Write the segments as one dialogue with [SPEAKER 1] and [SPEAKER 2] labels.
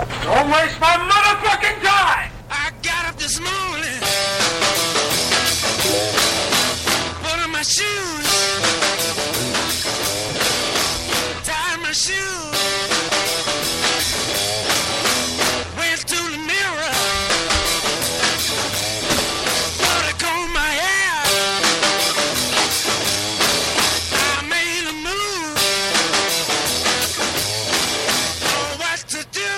[SPEAKER 1] waste my motherfucking time!
[SPEAKER 2] I got up this morning, put on my shoes, tied my shoes, went to the mirror, put a comb my hair. I made a move, know what Oh, to do.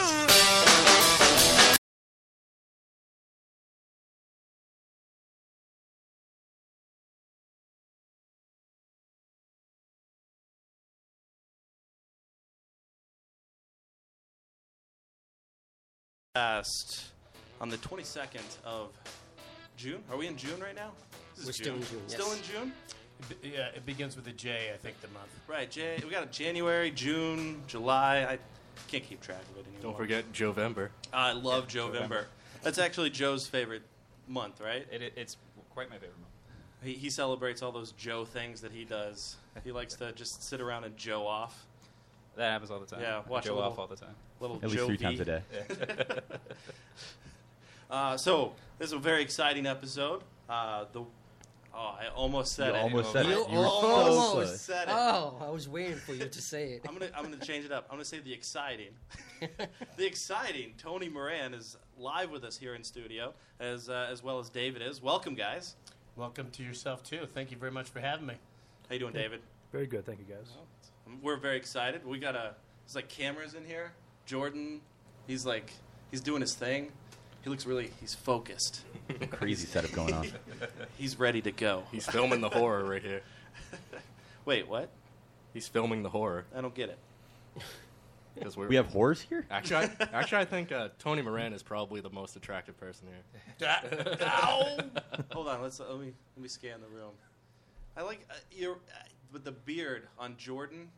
[SPEAKER 3] podcast on the 22nd of June. Are we in June right now? This is
[SPEAKER 4] We're still in June,
[SPEAKER 3] Still
[SPEAKER 4] yes.
[SPEAKER 3] in June?
[SPEAKER 5] It be- Yeah, it begins with a J, I think, the month.
[SPEAKER 3] Right. Jan- we got a January, June, July. I can't keep track of it anymore. Uh,
[SPEAKER 4] Don't forget Jovember.
[SPEAKER 3] I love Jovember. That's actually Joe's favorite month, right?
[SPEAKER 6] It, it- it's quite my favorite moment.
[SPEAKER 3] He, he celebrates all those Joe things that he does. He likes to just sit around and Joe off.
[SPEAKER 6] That happens all the time.
[SPEAKER 3] Yeah,
[SPEAKER 6] I
[SPEAKER 3] watch a
[SPEAKER 6] go off
[SPEAKER 3] little-
[SPEAKER 6] all the time.
[SPEAKER 3] Little
[SPEAKER 7] At least three times a
[SPEAKER 3] Joe-y.
[SPEAKER 7] day.
[SPEAKER 3] Uh, so this is a very exciting episode. Uh, the oh, I almost said
[SPEAKER 7] You
[SPEAKER 3] it.
[SPEAKER 7] almost said
[SPEAKER 4] You
[SPEAKER 7] it. You were so
[SPEAKER 4] almost
[SPEAKER 7] close.
[SPEAKER 3] said it.
[SPEAKER 4] Oh, I was waiting for you to say it.
[SPEAKER 3] I'm gonna I'm gonna change it up. I'm gonna say the exciting, the exciting Tony Moran is live with us here in studio as uh, as well as David is. Welcome guys.
[SPEAKER 5] Welcome to yourself, too. Thank you very much for having me.
[SPEAKER 3] How you doing, David?
[SPEAKER 8] Very good, thank you guys.
[SPEAKER 3] We're very excited. We got a there's like cameras in here. Jordan, he's like he's doing his thing. He looks really he's focused.
[SPEAKER 7] Crazy setup going on.
[SPEAKER 3] He's ready to go.
[SPEAKER 4] He's filming the horror right here.
[SPEAKER 3] Wait, what?
[SPEAKER 4] He's filming the horror
[SPEAKER 3] I don't get it.
[SPEAKER 4] because we're
[SPEAKER 7] We have horrors here?
[SPEAKER 4] actually. I, actually, I think uh, Tony Moran is probably the most attractive person here.
[SPEAKER 3] Hold on, let's let me let me scan the room. I like uh, your uh, with the beard on Jordan,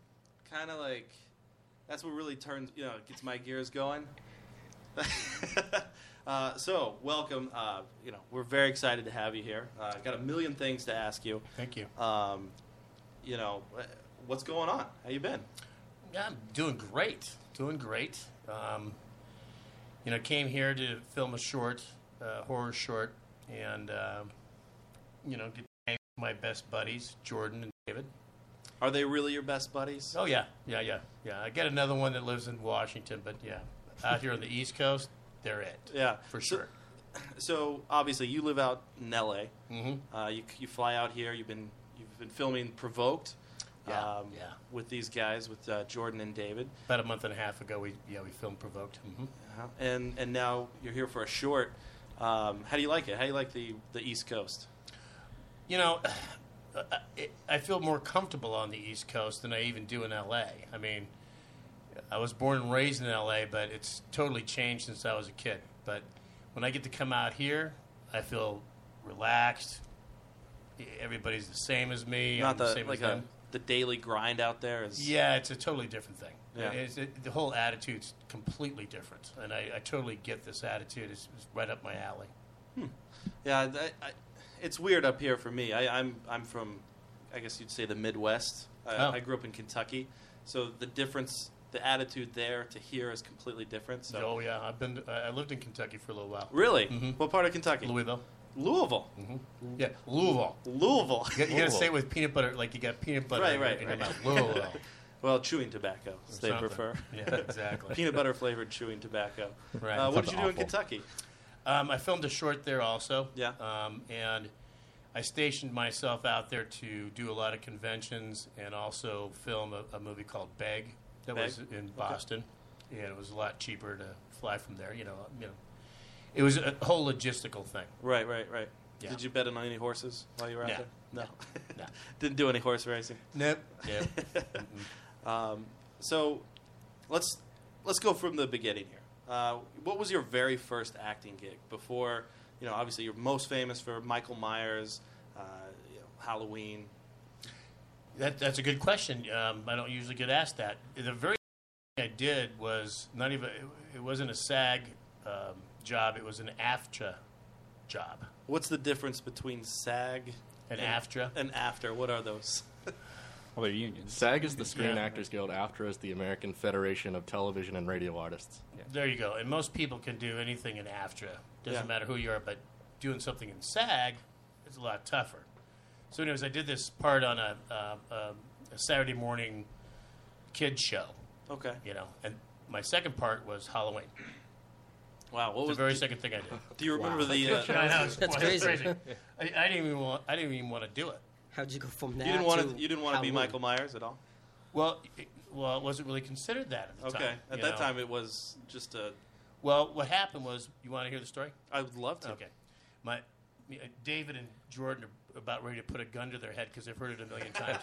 [SPEAKER 3] kind of like that's what really turns you know gets my gears going. uh, so welcome, uh, you know we're very excited to have you here. Uh, got a million things to ask you.
[SPEAKER 5] Thank you.
[SPEAKER 3] Um, you know uh, what's going on? How you been?
[SPEAKER 5] Yeah, I'm doing great. Doing great. Um, you know, came here to film a short, uh, horror short, and, um you know, get to hang with my best buddies, Jordan and David.
[SPEAKER 3] Are they really your best buddies?
[SPEAKER 5] Oh, yeah, yeah, yeah, yeah. I got another one that lives in Washington, but yeah, out here on the East Coast, they're it.
[SPEAKER 3] Yeah,
[SPEAKER 5] For
[SPEAKER 3] So-
[SPEAKER 5] sure.
[SPEAKER 3] so obviously you live out in L.A.
[SPEAKER 5] hmm
[SPEAKER 3] Uh, you, you fly out here. You've been you've been filming Provoked. um,
[SPEAKER 5] Yeah, yeah.
[SPEAKER 3] With these guys, with uh, Jordan and David, Uh-huh.
[SPEAKER 5] About a month and a half ago, we yeah we filmed Provoked. hmm
[SPEAKER 3] and and now you're here for a short. Um, how do you like it? How do you like the the East Coast?
[SPEAKER 5] You know, I- I- I feel more comfortable on the East Coast than I even do in L.A. I mean, I was born and raised in L.A., but it's totally changed since I was a kid. But when I get to come out here, I feel relaxed. Everybody's the same as me. I'm
[SPEAKER 3] Not
[SPEAKER 5] the
[SPEAKER 3] the
[SPEAKER 5] same
[SPEAKER 3] like
[SPEAKER 5] as
[SPEAKER 3] a,
[SPEAKER 5] them.
[SPEAKER 3] the daily grind out there is.
[SPEAKER 5] Yeah, it's a totally different thing.
[SPEAKER 3] Yeah.
[SPEAKER 5] It's- it- the whole attitude's completely different, and I, I totally get this attitude. It's, it's right up my alley.
[SPEAKER 3] yeah. th- I, it's weird up here for me. I, I'm I'm from, I guess you'd say the Midwest. I,
[SPEAKER 5] Oh.
[SPEAKER 3] I grew up in Kentucky, so the difference, the attitude there to here is completely different. So
[SPEAKER 5] Oh yeah, I've been. I I lived in Kentucky for a little while.
[SPEAKER 3] really,
[SPEAKER 5] Mhm.
[SPEAKER 3] what part of Kentucky?
[SPEAKER 5] Louisville.
[SPEAKER 3] Louisville.
[SPEAKER 5] Yeah, Louisville.
[SPEAKER 3] Louisville.
[SPEAKER 5] You, got- you gotta say it with peanut butter, like you got peanut butter
[SPEAKER 3] Right,
[SPEAKER 5] in,
[SPEAKER 3] right,
[SPEAKER 5] in your
[SPEAKER 3] right.
[SPEAKER 5] mouth. Louisville.
[SPEAKER 3] Well, chewing tobacco, as
[SPEAKER 5] or
[SPEAKER 3] they
[SPEAKER 5] something.
[SPEAKER 3] prefer.
[SPEAKER 5] Yeah, exactly.
[SPEAKER 3] Peanut butter flavored chewing tobacco.
[SPEAKER 5] Right.
[SPEAKER 3] Uh, what
[SPEAKER 7] Sounds
[SPEAKER 3] did you do in
[SPEAKER 7] awful.
[SPEAKER 3] Kentucky?
[SPEAKER 5] Um, I filmed a short there also.
[SPEAKER 3] Yeah.
[SPEAKER 5] Um, and I stationed myself out there to do a lot of conventions and also film a, a movie called Beg that
[SPEAKER 3] Beg?
[SPEAKER 5] was in Boston. And it was a lot cheaper to fly from there. You know, you know, it was a whole logistical thing.
[SPEAKER 3] Right, right, right.
[SPEAKER 5] Yeah.
[SPEAKER 3] Did you bet on any horses while you were out
[SPEAKER 5] No.
[SPEAKER 3] there? No.
[SPEAKER 5] No.
[SPEAKER 3] Didn't do any horse racing.
[SPEAKER 5] Nope. Yeah.
[SPEAKER 3] Um, so, let's let's go from the beginning here. Uh, what was your very first acting gig before? You know, obviously you're most famous for Michael Myers, uh, you know, Halloween.
[SPEAKER 5] That, that's a good question. Um, I don't usually get asked that. The very thing I did was not even. It wasn't a SAG um, job. It was an AFTRA job.
[SPEAKER 3] What's the difference between SAG
[SPEAKER 5] An
[SPEAKER 3] and
[SPEAKER 5] AFTRA.
[SPEAKER 3] and after? What are those?
[SPEAKER 6] Well, they're unions.
[SPEAKER 4] SAG is the Screen
[SPEAKER 5] Yeah.
[SPEAKER 4] Actors Guild. AFTRA is the American Federation of Television and Radio Artists.
[SPEAKER 5] There you go. And most people can do anything in AFTRA. Doesn't
[SPEAKER 3] Yeah.
[SPEAKER 5] matter who you are, but doing something in SAG is a lot tougher. So, anyways, I did this part on a, uh, um a Saturday morning kid show,
[SPEAKER 3] Okay.
[SPEAKER 5] you know, and my second part was Halloween.
[SPEAKER 3] Wow. What
[SPEAKER 5] The
[SPEAKER 3] was?
[SPEAKER 5] very second thing I did.
[SPEAKER 3] do you remember the? Uh,
[SPEAKER 5] I know, it's-
[SPEAKER 8] That's
[SPEAKER 5] it's
[SPEAKER 8] crazy.
[SPEAKER 5] I, I didn't even want. I didn't even want to do it.
[SPEAKER 8] How'd you go from that?
[SPEAKER 3] you didn't want
[SPEAKER 8] to
[SPEAKER 3] to. You didn't want to be
[SPEAKER 8] Halloween?
[SPEAKER 3] Michael Myers at all.
[SPEAKER 5] Well, it, well, it wasn't really considered that at the
[SPEAKER 3] Okay.
[SPEAKER 5] time.
[SPEAKER 3] At
[SPEAKER 5] you
[SPEAKER 3] that
[SPEAKER 5] know.
[SPEAKER 3] time, it was just a.
[SPEAKER 5] well, what happened was, you want to hear the story?
[SPEAKER 3] I would love to.
[SPEAKER 5] Okay. My me- uh, David and Jordan are about ready to put a gun to their head because they've heard it a million times.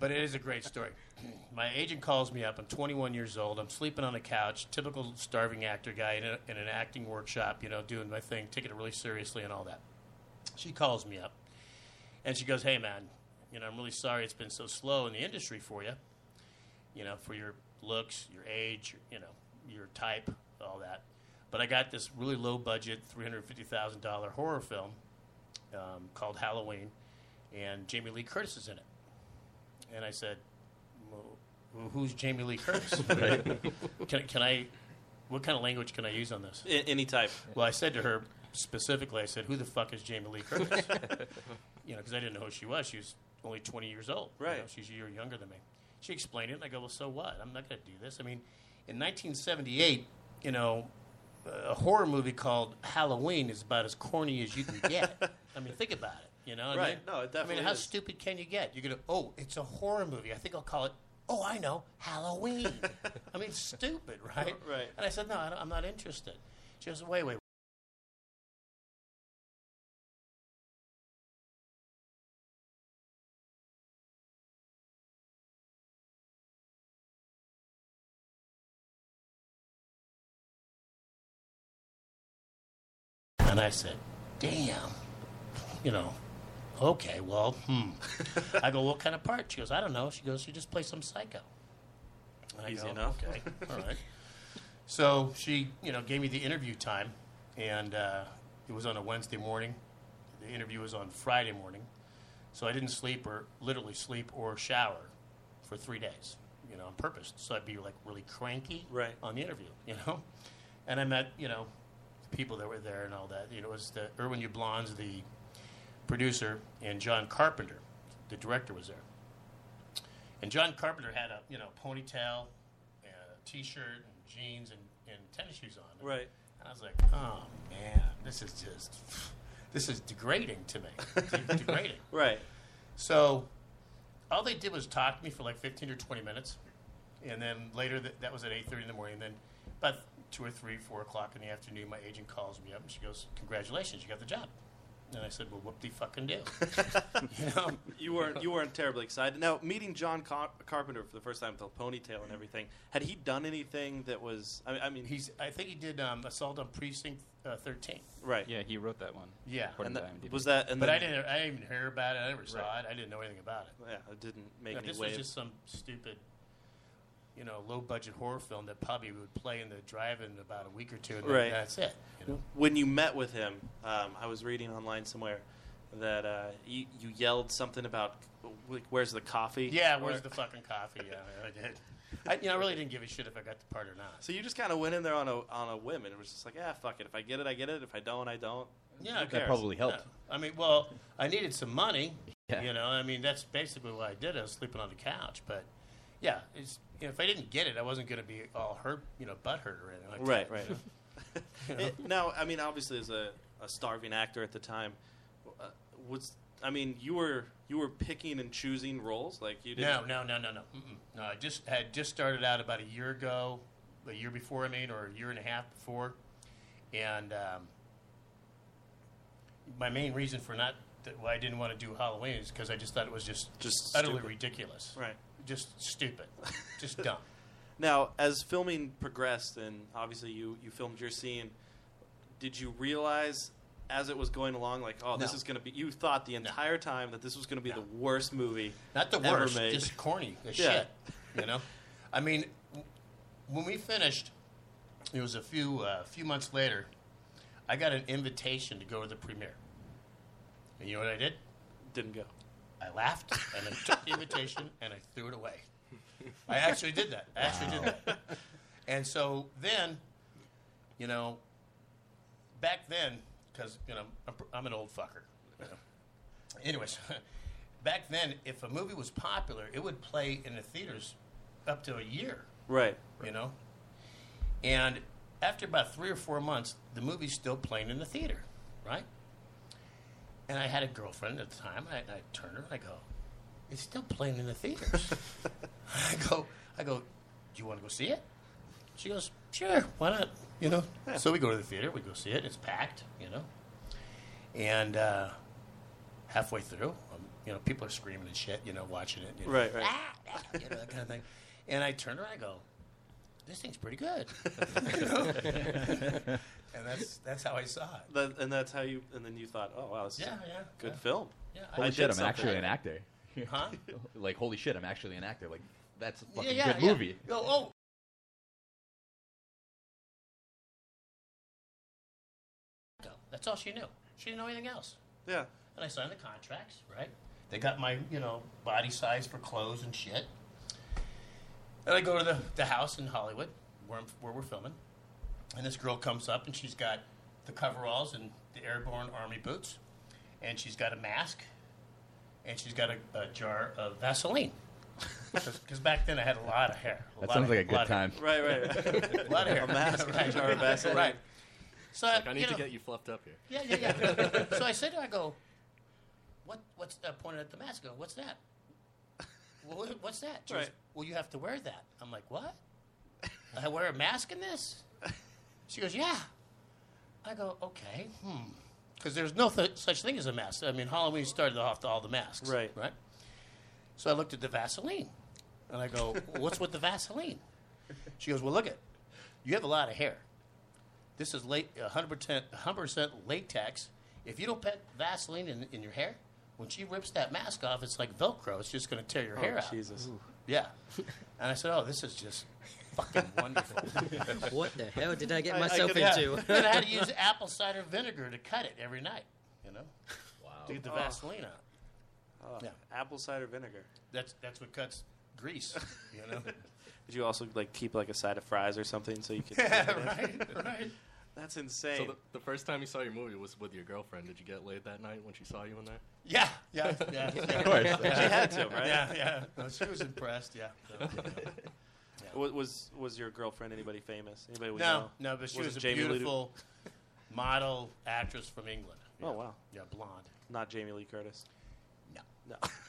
[SPEAKER 5] but it is a great story. My agent calls me up. I'm 21 years old. I'm sleeping on a couch, typical starving actor guy in, a, in an acting workshop, you know, doing my thing, taking it really seriously and all that. She calls me up and she goes, Hey, man, you know, I'm really sorry it's been so slow in the industry for you, you know, for your looks, your age, your, you know, your type, all that. But I got this really low budget $350,000 horror film um, called Halloween, and Jamie Lee Curtis is in it. And I said, well, Who's Jamie Lee Curtis? can, can I, what kind of language can I use on this?
[SPEAKER 3] A- any type.
[SPEAKER 5] Well, I said to her specifically, I said, "Who the fuck is Jamie Lee Curtis?" you know, because I didn't know who she was. She was only 20 years old. you
[SPEAKER 3] Right.
[SPEAKER 5] know, she's a year younger than me. She explained it, and I go, "Well, so what? I'm not going to do this." I mean, in 1978, you know, a horror movie called Halloween is about as corny as you can get. I mean, think about it. You know, what I
[SPEAKER 3] Right.
[SPEAKER 5] mean?
[SPEAKER 3] No, it
[SPEAKER 5] I
[SPEAKER 3] definitely
[SPEAKER 5] mean, how
[SPEAKER 3] is.
[SPEAKER 5] stupid can you get? You're gonna, oh, it's a horror movie. I think I'll call it. Oh, I know, Halloween. I mean, stupid, right?
[SPEAKER 3] Right.
[SPEAKER 5] And I said, no, I don't, I'm not interested. She goes, wait, wait. And I said, damn. You know, okay, well, hmm. I go, what kind of part? She goes, I don't know. She goes, you just play some psycho. And I
[SPEAKER 3] Easy
[SPEAKER 5] go,
[SPEAKER 3] enough.
[SPEAKER 5] Okay, all right. So she, you know, gave me the interview time, and uh, it was on a Wednesday morning. The interview was on Friday morning, so I didn't sleep or literally sleep or shower for three days, you know, on purpose. So I'd be like really cranky
[SPEAKER 3] Right.
[SPEAKER 5] on the interview, you know. And I met, you know, the people that were there and all that. You know, it was the Irwin Ublon's the producer, and John Carpenter, the director, was there. And John Carpenter had a you know ponytail, and a t-shirt, and jeans, and, and tennis shoes on.
[SPEAKER 3] Right.
[SPEAKER 5] And I was like, oh man, this is just, this is degrading to me. De- degrading.
[SPEAKER 3] Right.
[SPEAKER 5] So all they did was talk to me for like 15 or 20 minutes. And then later, that, that was at 8.30 in the morning. then about 2 or 3, 4 o'clock in the afternoon, my agent calls me up and she goes, congratulations, you got the job. And I said, well, whoop de fucking do. you know?
[SPEAKER 3] You weren't. You weren't terribly excited. Now meeting John Car- Carpenter for the first time with the ponytail and everything. Had he done anything that was? I mean, I mean
[SPEAKER 5] He's, I think he did um, Assault on Precinct uh, 13.
[SPEAKER 3] right.
[SPEAKER 6] Yeah, he wrote that one.
[SPEAKER 5] Yeah.
[SPEAKER 6] According
[SPEAKER 3] And
[SPEAKER 6] to
[SPEAKER 3] that,
[SPEAKER 6] IMDb.
[SPEAKER 3] was that? And
[SPEAKER 5] But
[SPEAKER 3] then,
[SPEAKER 5] I didn't, I didn't even hear about it. I never saw
[SPEAKER 6] Right.
[SPEAKER 5] it. I didn't know anything about it.
[SPEAKER 3] Yeah, it didn't make
[SPEAKER 5] Yeah,
[SPEAKER 3] any
[SPEAKER 5] this
[SPEAKER 3] waves.
[SPEAKER 5] was just some stupid, you know, low budget horror film that probably would play in the drive in about a week or two, and then
[SPEAKER 3] Right.
[SPEAKER 5] that's it. You know?
[SPEAKER 3] when you met with him, um, I was reading online somewhere that uh, you, you yelled something about like, "Where's the coffee?"
[SPEAKER 5] Yeah,
[SPEAKER 3] Or-
[SPEAKER 5] where's the fucking coffee? Yeah, I did. I, you know, I really didn't give a shit if I got the part or not.
[SPEAKER 3] So you just kind of went in there on a on a whim, and it was just like, "Ah, fuck it. If I get it, I get it. If I don't, I don't."
[SPEAKER 5] Yeah,
[SPEAKER 3] Who cares?
[SPEAKER 7] That probably helped.
[SPEAKER 5] I mean, well, I needed some money.
[SPEAKER 7] Yeah.
[SPEAKER 5] You know, I mean, that's basically what I did. I was sleeping on the couch, but yeah, it's, you know, if I didn't get it, I wasn't going to be all hurt, you know, butthurt or anything. Like
[SPEAKER 3] Right,
[SPEAKER 5] that.
[SPEAKER 3] right. It- now, I mean, obviously, as a, a starving actor at the time, uh, was I mean, you were you were picking and choosing roles, like you didn't.
[SPEAKER 5] No, no, no, no, no. Mm-mm. No, I just had just started out about a year ago, a year before, I mean, or a year and a half before, and um, my main reason for not that why I didn't want to do Halloween is because I just thought it was just
[SPEAKER 3] Just
[SPEAKER 5] utterly
[SPEAKER 3] stupid.
[SPEAKER 5] ridiculous,
[SPEAKER 3] Right.
[SPEAKER 5] Just stupid, just dumb.
[SPEAKER 3] Now, as filming progressed, and obviously you, you filmed your scene, did you realize as it was going along, like, oh, this
[SPEAKER 5] No.
[SPEAKER 3] is going to be, you thought the entire time that this was going to be
[SPEAKER 5] No.
[SPEAKER 3] the worst movie
[SPEAKER 5] Not the
[SPEAKER 3] ever
[SPEAKER 5] worst,
[SPEAKER 3] made?
[SPEAKER 5] just corny as
[SPEAKER 3] Yeah.
[SPEAKER 5] shit. You know, I mean, w- when we finished, it was a few uh, few months later. I got an invitation to go to the premiere, and you know what I did?
[SPEAKER 3] Didn't go.
[SPEAKER 5] I laughed and I took the invitation and I threw it away. I actually did that. I actually did that. And so then, you know, back then, because you know I'm, I'm an old fucker. you know. Anyways, back then, if a movie was popular, it would play in the theaters up to a year
[SPEAKER 3] Right.
[SPEAKER 5] you know. And after about three or four months, the movie's still playing in the theater, right? And I had a girlfriend at the time. I, I turned her and I go, "It's still playing in the theaters." I go, "I go, do you want to go see it?" She goes, "Sure, why not?" You know. So we go to the theater. We go see it. It's packed, you know. And uh, halfway through, um, you know, people are screaming and shit. You know, watching it. You know,
[SPEAKER 3] Right, right.
[SPEAKER 5] "Ah, ah," you know that kind of thing. And I turn around. I go, "This thing's pretty good." You know? and that's that's how I saw it.
[SPEAKER 3] That, and that's how you. And then you thought, oh wow, this is
[SPEAKER 5] Yeah,
[SPEAKER 3] a
[SPEAKER 5] yeah.
[SPEAKER 3] good
[SPEAKER 5] yeah,
[SPEAKER 3] film.
[SPEAKER 5] Yeah, I-
[SPEAKER 7] Holy
[SPEAKER 3] I
[SPEAKER 7] shit,
[SPEAKER 3] did
[SPEAKER 7] I'm actually
[SPEAKER 3] something.
[SPEAKER 7] an actor.
[SPEAKER 5] huh?
[SPEAKER 7] like, holy shit, I'm actually an actor. Like, that's a fucking
[SPEAKER 5] yeah,
[SPEAKER 7] good
[SPEAKER 5] yeah.
[SPEAKER 7] movie.
[SPEAKER 5] Oh, oh, Go. That's all she knew. She didn't know anything else.
[SPEAKER 3] Yeah.
[SPEAKER 5] And I signed the contracts, right? They got my, you know, body size for clothes and shit. And I go to the, the house in Hollywood where, I'm, where we're filming. And this girl comes up and she's got the coveralls and the airborne army boots. And she's got a mask. And she's got a, a jar of Vaseline. Because back then I had a lot of hair.
[SPEAKER 7] That
[SPEAKER 5] lot
[SPEAKER 7] sounds
[SPEAKER 5] of-
[SPEAKER 7] like a good
[SPEAKER 5] lot of-
[SPEAKER 7] time.
[SPEAKER 3] Right. Right. right.
[SPEAKER 5] a lot of hair.
[SPEAKER 3] A mask and a
[SPEAKER 5] Right.
[SPEAKER 3] jar of Vaseline.
[SPEAKER 5] Right. So
[SPEAKER 4] Like, I need to
[SPEAKER 5] know-
[SPEAKER 4] get you fluffed up here.
[SPEAKER 5] yeah, yeah, yeah. so I said to her, I go, what, what's that? I pointed at the mask. I go, what's that? Well, what- what's that? She goes,
[SPEAKER 3] Right.
[SPEAKER 5] well, you have to wear that. I'm like, what? I wear a mask in this? She goes, yeah. I go, okay, hmm. Because there's no th- such thing as a mask. I mean, Halloween started off to all the masks.
[SPEAKER 3] Right.
[SPEAKER 5] Right? So I looked at the Vaseline. And I go, what's with the Vaseline? She goes, well, look it. You have a lot of hair. This is late, 100%, 100% latex. If you don't put Vaseline in, in your hair, when she rips that mask off, it's like Velcro. It's just going to tear your hair out.
[SPEAKER 3] Oh, Jesus.
[SPEAKER 5] Yeah. And I said, oh, this is just fucking wonderful.
[SPEAKER 8] What the hell did I get
[SPEAKER 3] I
[SPEAKER 8] myself
[SPEAKER 3] could- yeah.
[SPEAKER 8] into?
[SPEAKER 5] then I had to use apple cider vinegar to cut it every night, you know, to
[SPEAKER 7] Wow.
[SPEAKER 5] get the Vaseline out. Yeah.
[SPEAKER 3] Apple cider vinegar.
[SPEAKER 5] That's, that's what cuts grease, you know.
[SPEAKER 3] Did you also like keep like a side of fries or something so you could?
[SPEAKER 5] right, right.
[SPEAKER 3] That's insane.
[SPEAKER 4] So the, the first time you saw your movie was with your girlfriend. Did you get laid that night when she saw you in there?
[SPEAKER 5] Yeah, yeah, yeah. yeah.
[SPEAKER 7] Of course.
[SPEAKER 3] she had to, right?
[SPEAKER 5] Yeah, yeah. No, she was impressed. Yeah.
[SPEAKER 3] Wa- Was was your girlfriend anybody famous? Anybody we
[SPEAKER 5] No,
[SPEAKER 3] know?
[SPEAKER 5] no, but she
[SPEAKER 3] Was
[SPEAKER 5] was,
[SPEAKER 3] it
[SPEAKER 5] a
[SPEAKER 3] Jamie Lee-
[SPEAKER 5] beautiful model actress from England.
[SPEAKER 3] Oh wow,
[SPEAKER 5] Yeah, blonde.
[SPEAKER 3] not Jamie Lee Curtis.
[SPEAKER 5] No.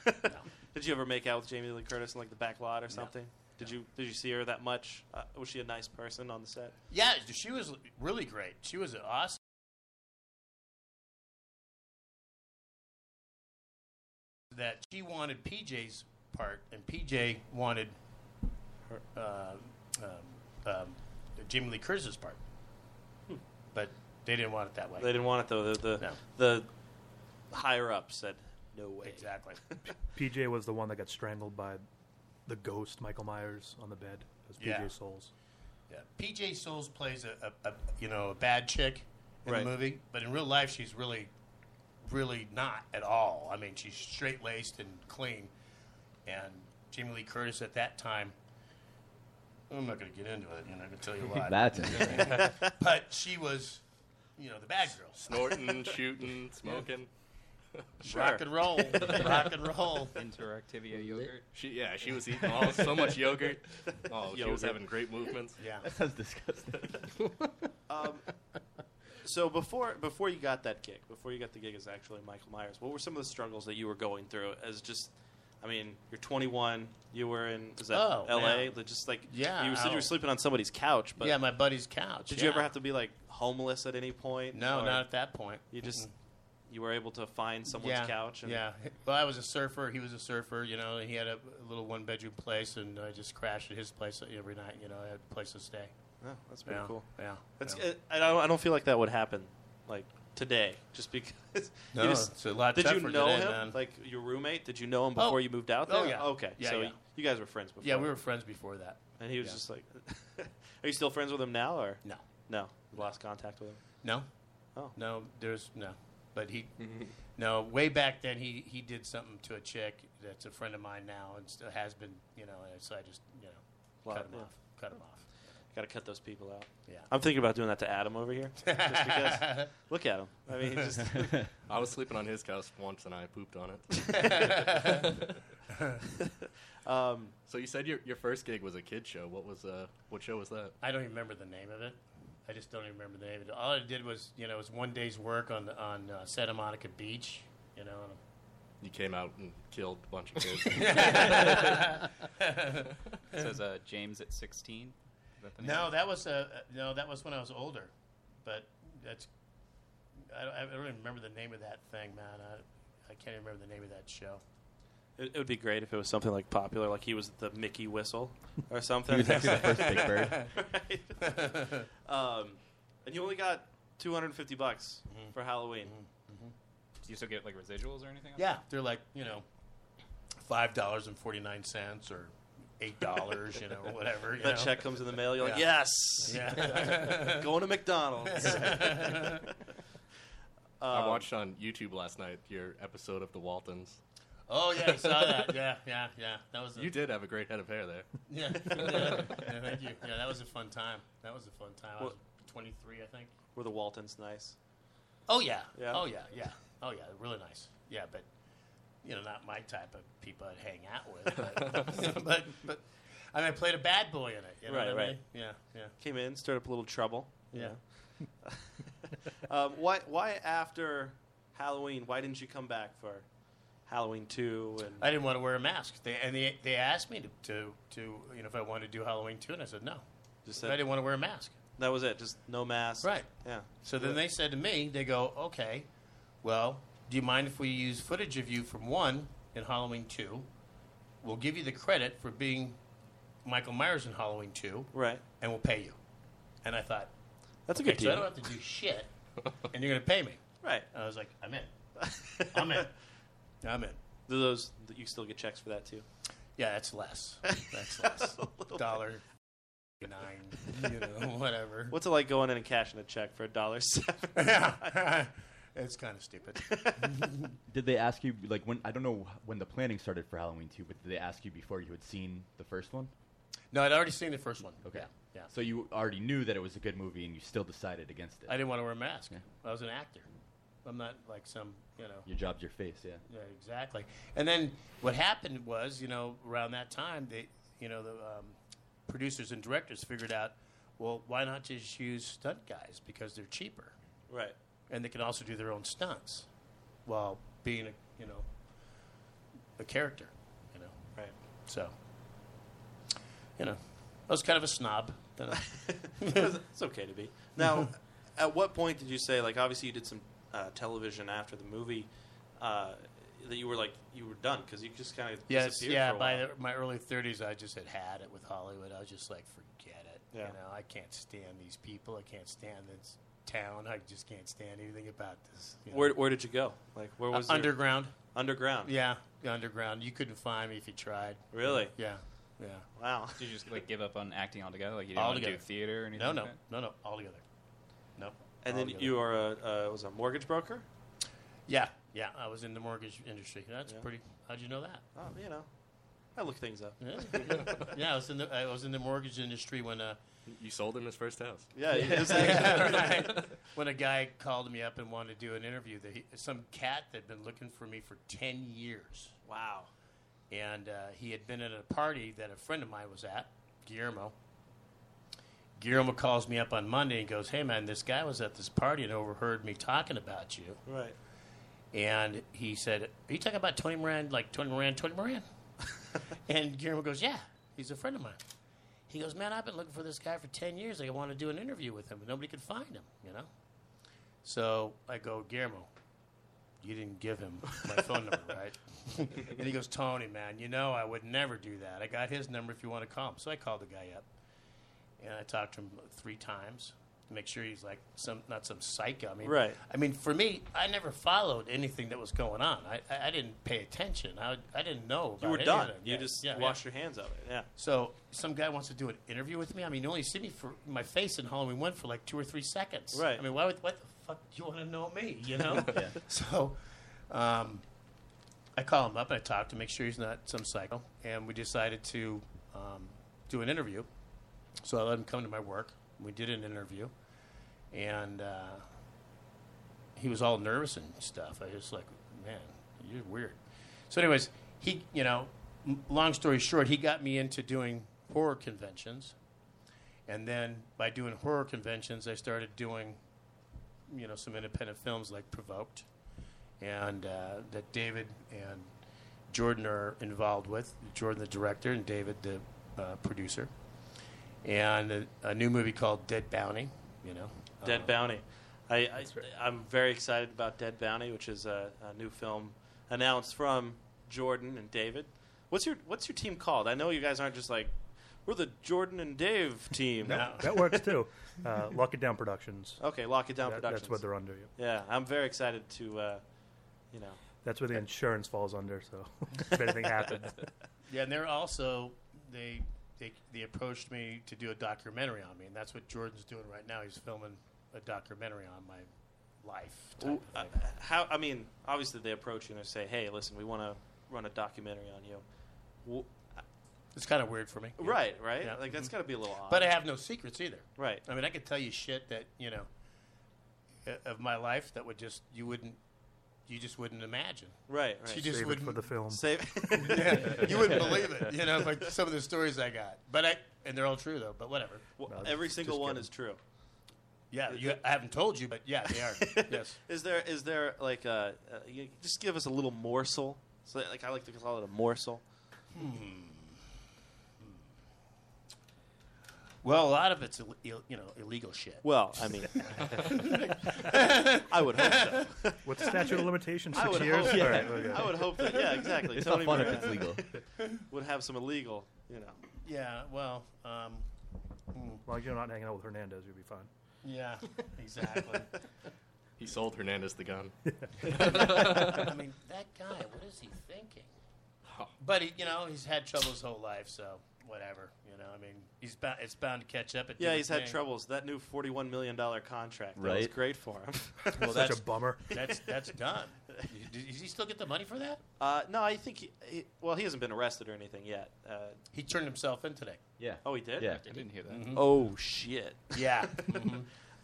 [SPEAKER 3] No. did you ever make out with Jamie Lee Curtis in like the back lot or something? Did you did you see her that much? Uh, was she a nice person on the set?
[SPEAKER 5] Yeah, she was really great. She was an awesome. That she wanted PJ's part, and PJ wanted her, uh, um, um, Jamie Lee Curtis's part, but they didn't want it that way.
[SPEAKER 3] Hmm. They didn't want it though. The the,
[SPEAKER 5] No.
[SPEAKER 3] the higher up said no way.
[SPEAKER 5] exactly.
[SPEAKER 9] PJ was the one that got strangled by the ghost Michael Myers on the bed. That's PJ
[SPEAKER 5] Yeah.
[SPEAKER 9] Souls.
[SPEAKER 5] Yeah. PJ Souls plays a, a, a you know a bad chick in
[SPEAKER 3] Right.
[SPEAKER 5] the movie, but in real life she's really, really not at all. I mean, she's straight laced and clean. And Jamie Lee Curtis at that time, I'm not going to get into it. You know, I can tell you a lot.
[SPEAKER 7] That's interesting.
[SPEAKER 5] but she was, you know, the bad girl.
[SPEAKER 4] Snorting, shooting, smoking.
[SPEAKER 5] Rock and roll, rock and roll.
[SPEAKER 6] Interactivia yogurt.
[SPEAKER 4] She yeah, she was eating all so much yogurt. Oh, she
[SPEAKER 3] Yogurt.
[SPEAKER 4] was having great movements.
[SPEAKER 5] Yeah.
[SPEAKER 7] that sounds disgusting.
[SPEAKER 3] Um, So before before you got that gig, before you got the gig as actually Michael Myers, what were some of the struggles that you were going through as just I mean, you're 21. You were in is that
[SPEAKER 5] Oh,
[SPEAKER 3] L.A.
[SPEAKER 5] man.
[SPEAKER 3] That Just like
[SPEAKER 5] Yeah,
[SPEAKER 3] you said you
[SPEAKER 5] ow.
[SPEAKER 3] were sleeping on somebody's couch. But
[SPEAKER 5] yeah, my buddy's couch.
[SPEAKER 3] did you ever
[SPEAKER 5] yeah.
[SPEAKER 3] have to be like homeless at any point?
[SPEAKER 5] No,
[SPEAKER 3] Or
[SPEAKER 5] not at that point.
[SPEAKER 3] You just
[SPEAKER 5] Mm-mm.
[SPEAKER 3] you were able to find someone's couch. And,
[SPEAKER 5] yeah. Well, I was a surfer. He was a surfer. You know, he had a little one bedroom place, and I just crashed at his place every night. You know, I had a place to stay.
[SPEAKER 3] Oh, that's pretty
[SPEAKER 5] yeah.
[SPEAKER 3] cool.
[SPEAKER 5] Yeah.
[SPEAKER 3] That's uh,
[SPEAKER 5] yeah.
[SPEAKER 3] I, I don't I don't feel like that would happen like today just because you
[SPEAKER 5] No,
[SPEAKER 3] just-
[SPEAKER 5] it's a lot
[SPEAKER 3] Did you
[SPEAKER 5] tougher
[SPEAKER 3] know
[SPEAKER 5] today,
[SPEAKER 3] him?
[SPEAKER 5] man.
[SPEAKER 3] Like your roommate? Did you know him
[SPEAKER 5] Oh.
[SPEAKER 3] before you moved out there?
[SPEAKER 5] Oh, yeah.
[SPEAKER 3] Okay.
[SPEAKER 5] Yeah,
[SPEAKER 3] so
[SPEAKER 5] yeah.
[SPEAKER 3] y- you guys were friends before.
[SPEAKER 5] Yeah, we were friends before that.
[SPEAKER 3] And he was
[SPEAKER 5] yeah.
[SPEAKER 3] just like, "Are you still friends with him now, or
[SPEAKER 5] No.
[SPEAKER 3] no? You lost contact with him?
[SPEAKER 5] No.
[SPEAKER 3] Oh. Mm-hmm.
[SPEAKER 5] No. There's no. But he, no, way back then he he did something to a chick that's a friend of mine now and still has been, you know. And so I just you know
[SPEAKER 3] Well,
[SPEAKER 5] cut him
[SPEAKER 3] yeah.
[SPEAKER 5] off, cut him off.
[SPEAKER 3] Got to cut those people out.
[SPEAKER 5] Yeah.
[SPEAKER 3] I'm thinking about doing that to Adam over here. Just because. look at him. I mean, he just.
[SPEAKER 4] I was sleeping on his couch once and I pooped on it.
[SPEAKER 3] Um,
[SPEAKER 4] so you said your, your first gig was a kid show. What was uh what show was that?
[SPEAKER 5] I don't even remember the name of it. I just don't even remember the name of it. All I did was, you know, it was one day's work on on uh, Santa Monica Beach, you know. and-
[SPEAKER 4] You came out and killed a bunch of kids.
[SPEAKER 6] It says uh, James at 16. Is that the name?
[SPEAKER 5] No, that was uh, uh, no, that was when I was older, but that's I don't, I don't even remember the name of that thing, man. I, I can't even remember the name of that show.
[SPEAKER 3] it, it would be great if it was something like popular, like he was the Mickey Whistle or something.
[SPEAKER 7] He was actually the first Big Bird.
[SPEAKER 3] Right. um, and you only got 250 bucks
[SPEAKER 5] Mm-hmm.
[SPEAKER 3] for Halloween.
[SPEAKER 6] Do you still get like residuals or anything?
[SPEAKER 5] Yeah, they're like you know five dollars and forty nine cents or eight dollars, you know, whatever. You
[SPEAKER 3] That
[SPEAKER 5] know?
[SPEAKER 3] check comes in the mail. You're like,
[SPEAKER 5] Yeah.
[SPEAKER 3] yes,
[SPEAKER 5] Yeah.
[SPEAKER 3] going to McDonald's.
[SPEAKER 4] I
[SPEAKER 3] Um,
[SPEAKER 4] watched on YouTube last night your episode of the Waltons.
[SPEAKER 5] oh yeah, I saw that. Yeah, yeah, yeah. That was a,
[SPEAKER 4] You did have a great head of hair there.
[SPEAKER 5] Yeah. yeah. Yeah, Thank you. Yeah, that was a fun time. That was a fun time. I was
[SPEAKER 3] Well-
[SPEAKER 5] twenty three, I think.
[SPEAKER 3] Were the Waltons nice?
[SPEAKER 5] Oh yeah.
[SPEAKER 3] Yeah?
[SPEAKER 5] Oh yeah. Yeah. Oh yeah. Really nice. Yeah, but you know, not my type of people I'd hang out with. But but, but I mean, I played a bad boy in it. You know
[SPEAKER 3] Right,
[SPEAKER 5] what I
[SPEAKER 3] right.
[SPEAKER 5] mean? Yeah. Yeah.
[SPEAKER 3] Came in, stirred up a little trouble.
[SPEAKER 5] Yeah.
[SPEAKER 3] Um, why? Why after Halloween? Why didn't you come back for Halloween two? And
[SPEAKER 5] I didn't want to wear a mask. They, and they, they asked me to, to, to, you know, if I wanted to do Halloween too, and I said no.
[SPEAKER 3] just
[SPEAKER 5] I
[SPEAKER 3] said,
[SPEAKER 5] didn't want to wear a mask.
[SPEAKER 3] that was it. Just no mask.
[SPEAKER 5] Right.
[SPEAKER 3] Yeah.
[SPEAKER 5] So then they said to me, they go, okay, well, do you mind if we use footage of you from one in Halloween two? We'll give you the credit for being Michael Myers in Halloween two,
[SPEAKER 3] Right.
[SPEAKER 5] and we'll pay you. And I thought,
[SPEAKER 3] That's a
[SPEAKER 5] okay,
[SPEAKER 3] good
[SPEAKER 5] so I
[SPEAKER 3] deal.
[SPEAKER 5] don't have to do shit, and you're going to pay me.
[SPEAKER 3] right.
[SPEAKER 5] And I was like, I'm in. I'm in. I'm in.
[SPEAKER 3] Do those that you still get checks for that too?
[SPEAKER 5] Yeah, that's less. That's less.
[SPEAKER 3] A little
[SPEAKER 5] Dollar nine, you know, whatever.
[SPEAKER 3] What's it like going in and cashing a check for a dollar seven?
[SPEAKER 5] Yeah. it's kind of stupid.
[SPEAKER 7] Did they ask you like when? I don't know when the planning started for Halloween two, but did they ask you before you had seen the first one?
[SPEAKER 5] No, I'd already seen the first one.
[SPEAKER 7] Okay.
[SPEAKER 5] Yeah. yeah.
[SPEAKER 7] So you already knew that it was a good movie, and you still decided against it.
[SPEAKER 5] I didn't want to wear a mask.
[SPEAKER 7] Yeah.
[SPEAKER 5] I was an actor. I'm not like some, you know.
[SPEAKER 7] your job's your face, yeah.
[SPEAKER 5] Yeah, exactly. And then what happened was, you know, around that time, they, you know, the um, producers and directors figured out, well, why not just use stunt guys because they're cheaper
[SPEAKER 3] right.
[SPEAKER 5] and they can also do their own stunts while being a, you know, a character, you know.
[SPEAKER 3] Right.
[SPEAKER 5] So, you know, I was kind of a snob. you know.
[SPEAKER 3] it's okay to be. Now, at what point did you say like obviously you did some uh, television after the movie uh, that you were like you were done because you just kind of
[SPEAKER 5] Yes,
[SPEAKER 3] disappeared
[SPEAKER 5] yeah.
[SPEAKER 3] for a
[SPEAKER 5] By
[SPEAKER 3] while.
[SPEAKER 5] the, my early thirties, I just had had it with Hollywood. I was just like, forget it.
[SPEAKER 3] Yeah.
[SPEAKER 5] You know, I can't stand these people. I can't stand this town. I just can't stand anything about this. you know.
[SPEAKER 3] where where did you go? Like where
[SPEAKER 5] Uh,
[SPEAKER 3] was your-
[SPEAKER 5] underground?
[SPEAKER 3] underground?
[SPEAKER 5] Yeah, underground. You couldn't find me if you tried.
[SPEAKER 3] Really?
[SPEAKER 5] Yeah, yeah.
[SPEAKER 3] Wow.
[SPEAKER 6] Did you just like give up on acting altogether? Like you didn't want to do
[SPEAKER 5] Altogether.
[SPEAKER 6] theater or anything?
[SPEAKER 5] No, no,
[SPEAKER 6] like that?
[SPEAKER 5] no, no. Altogether. No.
[SPEAKER 3] And then
[SPEAKER 5] altogether.
[SPEAKER 3] you were a uh, was a mortgage broker.
[SPEAKER 5] Yeah, yeah. I was in the mortgage industry. That's
[SPEAKER 3] Yeah.
[SPEAKER 5] pretty. How'd you know that?
[SPEAKER 3] Oh, you know, I look things up.
[SPEAKER 5] Yeah, yeah. I was in the I was in the mortgage industry when uh
[SPEAKER 4] You sold him his first house.
[SPEAKER 3] Yeah. yeah.
[SPEAKER 5] Yeah, right. when a guy called me up and wanted to do an interview, that he, some cat that had been looking for me for 10 years.
[SPEAKER 3] wow.
[SPEAKER 5] And uh, he had been at a party that a friend of mine was at, Guillermo. Guillermo calls me up on Monday and goes, Hey, man, this guy was at this party and overheard me talking about you.
[SPEAKER 3] Right.
[SPEAKER 5] And he said, Are you talking about Tony Moran? Like Tony Moran, Tony Moran? and Guillermo goes, Yeah, he's a friend of mine. He goes, Man, I've been looking for this guy for 10 years. I want to do an interview with him, but nobody could find him, you know? So I go, Guillermo, you didn't give him my phone number, right? and he goes, Tony, man, you know I would never do that. I got his number if you want to call him. So I called the guy up and I talked to him three times to make sure he's like some not some psycho. I mean,
[SPEAKER 3] Right.
[SPEAKER 5] I mean, for me, I never followed anything that was going on. I, I, I didn't pay attention. I, I didn't know. About
[SPEAKER 3] You were
[SPEAKER 5] any of
[SPEAKER 3] done.
[SPEAKER 5] it.
[SPEAKER 3] You
[SPEAKER 5] Yeah,
[SPEAKER 3] just
[SPEAKER 5] yeah,
[SPEAKER 3] washed
[SPEAKER 5] yeah.
[SPEAKER 3] your hands of it. Yeah.
[SPEAKER 5] So some guy wants to do an interview with me. I mean, you only see me for my face in Halloween one for like two or three seconds.
[SPEAKER 3] Right.
[SPEAKER 5] I mean, why would what the fuck do you want to know me? You know.
[SPEAKER 7] Yeah.
[SPEAKER 5] So, um, I call him up and I talk to him, make sure he's not some psycho, and we decided to um, do an interview. So I let him come to my work. We did an interview, and uh, he was all nervous and stuff. I was like, man, you're weird. So, anyways, he, you know, m- long story short, he got me into doing horror conventions, and then by doing horror conventions, I started doing, you know, some independent films like Provoked, and uh, that David and Jordan are involved with. Jordan, the director, and David, the uh, producer, and a, a new movie called Dead Bounty. You know,
[SPEAKER 3] Dead
[SPEAKER 9] Uh-huh.
[SPEAKER 5] Uh,
[SPEAKER 3] Bounty. I, I I'm very excited about Dead Bounty, which is a, a new film announced from Jordan and David. What's your What's your team called? I know you guys aren't just like we're the Jordan and Dave team.
[SPEAKER 5] No.
[SPEAKER 9] That works too. Uh, Lock It Down Productions.
[SPEAKER 3] Okay, Lock It Down
[SPEAKER 9] That-
[SPEAKER 3] Productions.
[SPEAKER 9] That's what they're under. Yep.
[SPEAKER 3] yeah, I'm very excited to, uh, you know,
[SPEAKER 9] That's where the insurance falls under. So if anything happens,
[SPEAKER 5] Yeah, and they're also they they they approached me to do a documentary on me, and that's what Jordan's doing right now. He's filming a documentary on my life. Type
[SPEAKER 3] Ooh,
[SPEAKER 5] of
[SPEAKER 3] uh,
[SPEAKER 5] thing.
[SPEAKER 3] how I mean, obviously they approach you and they say, "Hey, listen, we want to run a documentary on you." W
[SPEAKER 5] It's kind of weird for me,
[SPEAKER 3] Right, right.
[SPEAKER 5] Yeah.
[SPEAKER 3] Like that's
[SPEAKER 9] Mm-hmm.
[SPEAKER 3] got to be a little odd.
[SPEAKER 5] But I have no secrets either.
[SPEAKER 3] right,
[SPEAKER 5] I mean, I could tell you shit that you know uh, of my life that would just you wouldn't you just wouldn't imagine.
[SPEAKER 3] right, right.
[SPEAKER 5] You just
[SPEAKER 9] save it
[SPEAKER 5] wouldn't
[SPEAKER 9] for the film.
[SPEAKER 3] Save-
[SPEAKER 5] you wouldn't believe it, you know, like some of the stories I got. But I and they're all true though. But whatever.
[SPEAKER 3] Well,
[SPEAKER 9] No,
[SPEAKER 3] every
[SPEAKER 9] just-
[SPEAKER 3] single
[SPEAKER 9] just
[SPEAKER 3] one
[SPEAKER 9] kidding.
[SPEAKER 3] is true.
[SPEAKER 5] Yeah, you, I haven't told you, but yeah, they are. yes.
[SPEAKER 3] Is there is there like a, uh you just give us a little morsel? So like I like to call it a morsel.
[SPEAKER 5] Well, a lot of it's Ill, Ill, you know illegal shit.
[SPEAKER 3] Well, I mean, I would hope so.
[SPEAKER 9] What's the statute of limitations?
[SPEAKER 3] I
[SPEAKER 9] Six
[SPEAKER 3] would
[SPEAKER 9] years.
[SPEAKER 3] hope.
[SPEAKER 9] All
[SPEAKER 3] Yeah.
[SPEAKER 9] right, okay.
[SPEAKER 3] I would hope that. Yeah, exactly.
[SPEAKER 7] It's
[SPEAKER 3] Tony
[SPEAKER 7] not fun if
[SPEAKER 3] Moran
[SPEAKER 7] it's legal.
[SPEAKER 3] would have some illegal, you know.
[SPEAKER 5] Yeah, well, um,
[SPEAKER 9] As long as you're not hanging out with Hernandez, you'll be fine.
[SPEAKER 5] yeah, exactly.
[SPEAKER 4] He sold Hernandez the gun.
[SPEAKER 5] I mean, that guy, what is he thinking? But he, you know, he's had trouble his whole life, so whatever. You know, I mean, he's bound, it's bound to catch up. At
[SPEAKER 3] Yeah, he's had troubles. That new forty-one million dollar contract that was
[SPEAKER 7] Right.
[SPEAKER 3] great for him.
[SPEAKER 5] Well,
[SPEAKER 9] Such
[SPEAKER 5] that's,
[SPEAKER 9] a bummer.
[SPEAKER 5] that's that's done. Does does he still get the money for that?
[SPEAKER 3] uh, no, I think. He, he, well, he hasn't been arrested or anything yet. Uh,
[SPEAKER 5] He turned himself in today.
[SPEAKER 7] Yeah.
[SPEAKER 3] oh, he did.
[SPEAKER 7] Yeah.
[SPEAKER 6] I didn't hear that.
[SPEAKER 5] Mm-hmm.
[SPEAKER 3] Oh shit.
[SPEAKER 5] Yeah,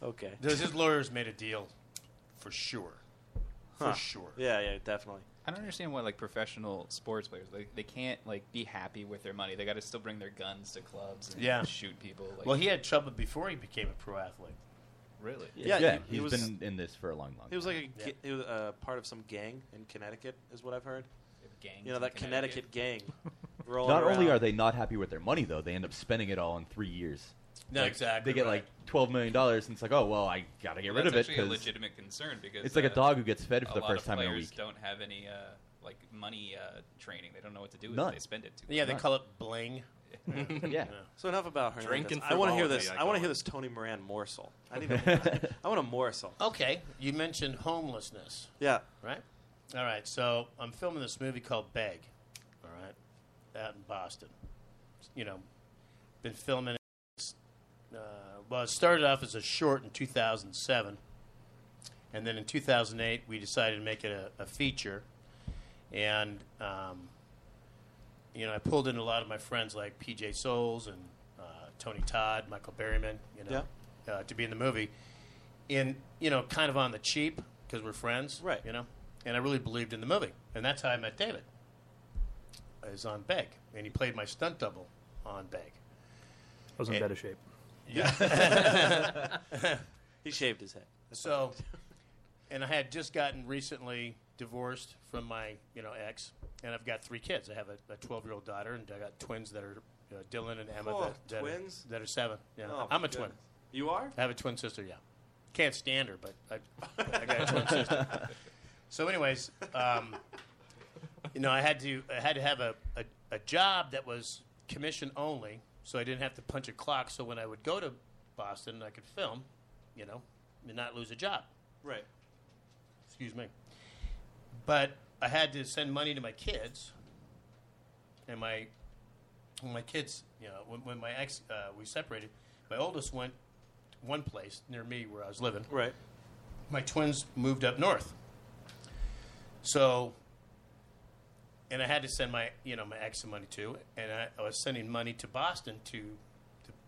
[SPEAKER 3] Okay.
[SPEAKER 5] Does Mm-hmm. his lawyers made a deal for sure, for
[SPEAKER 3] Huh.
[SPEAKER 5] sure.
[SPEAKER 3] Yeah, yeah, definitely.
[SPEAKER 6] I don't understand why like professional sports players like they can't like be happy with their money. They got to still bring their guns to clubs and
[SPEAKER 5] Yeah.
[SPEAKER 6] shoot people. Like,
[SPEAKER 5] Well, he had trouble before he became a pro athlete.
[SPEAKER 4] Really?
[SPEAKER 3] Yeah,
[SPEAKER 7] yeah.
[SPEAKER 3] he- he
[SPEAKER 7] has
[SPEAKER 3] was-
[SPEAKER 7] been in this for a long, long.
[SPEAKER 3] He was
[SPEAKER 7] time.
[SPEAKER 3] like a, ga- he was, uh, part of some gang in Connecticut, is what I've heard.
[SPEAKER 6] gangs
[SPEAKER 3] You know
[SPEAKER 6] in
[SPEAKER 3] that Connecticut, gang. rolling
[SPEAKER 7] Not only
[SPEAKER 3] around.
[SPEAKER 7] are they not happy with their money though, they end up spending it all in three years.
[SPEAKER 5] No,
[SPEAKER 7] Like,
[SPEAKER 5] exactly.
[SPEAKER 7] They get
[SPEAKER 5] right.
[SPEAKER 7] like twelve million dollars, and it's like, oh well, I gotta get
[SPEAKER 6] Well,
[SPEAKER 7] rid of it
[SPEAKER 6] that's actually a
[SPEAKER 7] 'cause
[SPEAKER 6] legitimate concern because
[SPEAKER 7] it's like a
[SPEAKER 6] uh,
[SPEAKER 7] dog who gets fed
[SPEAKER 6] a
[SPEAKER 7] for the
[SPEAKER 6] lot
[SPEAKER 7] first
[SPEAKER 6] of
[SPEAKER 7] time in a
[SPEAKER 6] players
[SPEAKER 7] week.
[SPEAKER 6] don't have any uh, like money uh, training. They don't know what to do with
[SPEAKER 7] None.
[SPEAKER 6] it. They spend it too.
[SPEAKER 5] Yeah, they
[SPEAKER 7] Right.
[SPEAKER 5] call it bling.
[SPEAKER 7] Yeah.
[SPEAKER 3] So enough about Hernandez.
[SPEAKER 4] Drinking
[SPEAKER 3] I want to hear
[SPEAKER 4] frivolity,
[SPEAKER 3] this.
[SPEAKER 4] I
[SPEAKER 3] I, want
[SPEAKER 4] call
[SPEAKER 3] to hear
[SPEAKER 4] it.
[SPEAKER 3] this Tony Moran morsel. I need. A, I want a morsel.
[SPEAKER 5] Okay, you mentioned homelessness,
[SPEAKER 3] Yeah.
[SPEAKER 5] right? All right, so I'm filming this movie called Beg, all right, out in Boston. You know, been filming it. Uh, well, it started off as a short in 2007, and then in 2008 we decided to make it a, a feature. And um, you know, I pulled in a lot of my friends like PJ Souls and uh, Tony Todd, Michael Berryman, you know, uh, to be in the movie. In you know, kind of on the cheap because we're friends,
[SPEAKER 3] Right.
[SPEAKER 5] You know, and I really believed in the movie, and that's how I met David. Is on Beg, and he played my stunt double on Beg.
[SPEAKER 9] I was in better shape.
[SPEAKER 3] He shaved his head.
[SPEAKER 5] So, and I had just gotten recently divorced from my you know ex, and I've got three kids. I have a- a twelve year old daughter, and I got twins that are uh, Dylan and Emma.
[SPEAKER 3] Oh,
[SPEAKER 5] that, that
[SPEAKER 3] twins?
[SPEAKER 5] Are, that are seven. Yeah,
[SPEAKER 3] Oh,
[SPEAKER 5] I'm
[SPEAKER 3] my
[SPEAKER 5] a twin.
[SPEAKER 3] goodness. You are.
[SPEAKER 5] I have a twin sister. Yeah, can't stand her, but I, I got a twin sister. So, anyways, um, you know, I had to I had to have a, a, a job that was commission only, so I didn't have to punch a clock. So when I would go to Boston, I could film, you know, and not lose a job
[SPEAKER 3] Right.
[SPEAKER 5] excuse me. But I had to send money to my kids, and my when my kids, you know, when, when my ex uh, we separated, my oldest went to one place near me where I was living,
[SPEAKER 3] Right.
[SPEAKER 5] my twins moved up north. So, and I had to send my you know my ex some money too, and I, I was sending money to Boston to, to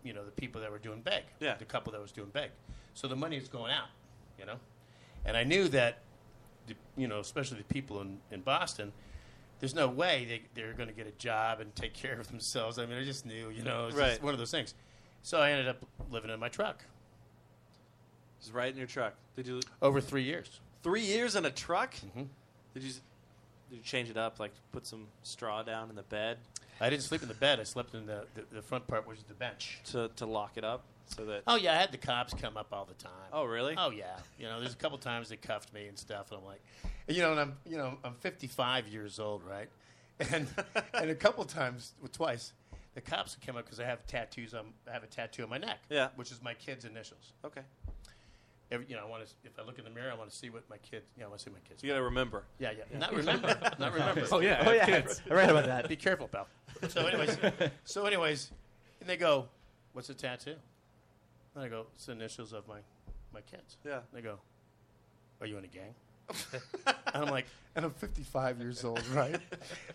[SPEAKER 5] you know the people that were doing big,
[SPEAKER 3] Yeah.
[SPEAKER 5] the couple that was doing big. So the money was going out, you know, and I knew that, the, you know, especially the people in in Boston. There's no way they, they're going to get a job and take care of themselves. I mean, I just knew, you know, it's
[SPEAKER 3] Right.
[SPEAKER 5] just one of those things. So I ended up living in my truck
[SPEAKER 3] Just right in your truck. Did you
[SPEAKER 5] over three years.
[SPEAKER 3] three years in a truck?
[SPEAKER 5] Mhm.
[SPEAKER 3] Did you s- did you change it up? Like put some straw down in the bed
[SPEAKER 5] I didn't sleep in the bed. I slept in the, the, the front part, which is the bench.
[SPEAKER 3] to, to lock it up so that.
[SPEAKER 5] Oh yeah, I had the cops come up all the time.
[SPEAKER 3] Oh, really?
[SPEAKER 5] Oh yeah. You know, there's a couple times they cuffed me and stuff, and I'm like, and, you know, and I'm you know I'm 55 years old, right? And and a couple times, well, twice, the cops came up because I have tattoos. on I have a tattoo on my neck.
[SPEAKER 3] Yeah.
[SPEAKER 5] Which is my kid's initials.
[SPEAKER 3] Okay.
[SPEAKER 5] Every, you know, I want to. If I look in the mirror, I want to see what my kid. You know, I want to see my kids.
[SPEAKER 3] So you got to remember.
[SPEAKER 5] Yeah, yeah. Not remember. Not remember.
[SPEAKER 4] Oh yeah, I have kids.
[SPEAKER 7] I read about that.
[SPEAKER 5] Be careful, pal. So, anyways, so anyways, and they go, "What's a tattoo?" And I go, "It's the initials of my my kids."
[SPEAKER 3] Yeah.
[SPEAKER 5] And they go, "Are you in a gang?" and I'm like, and I'm 55 years old, right?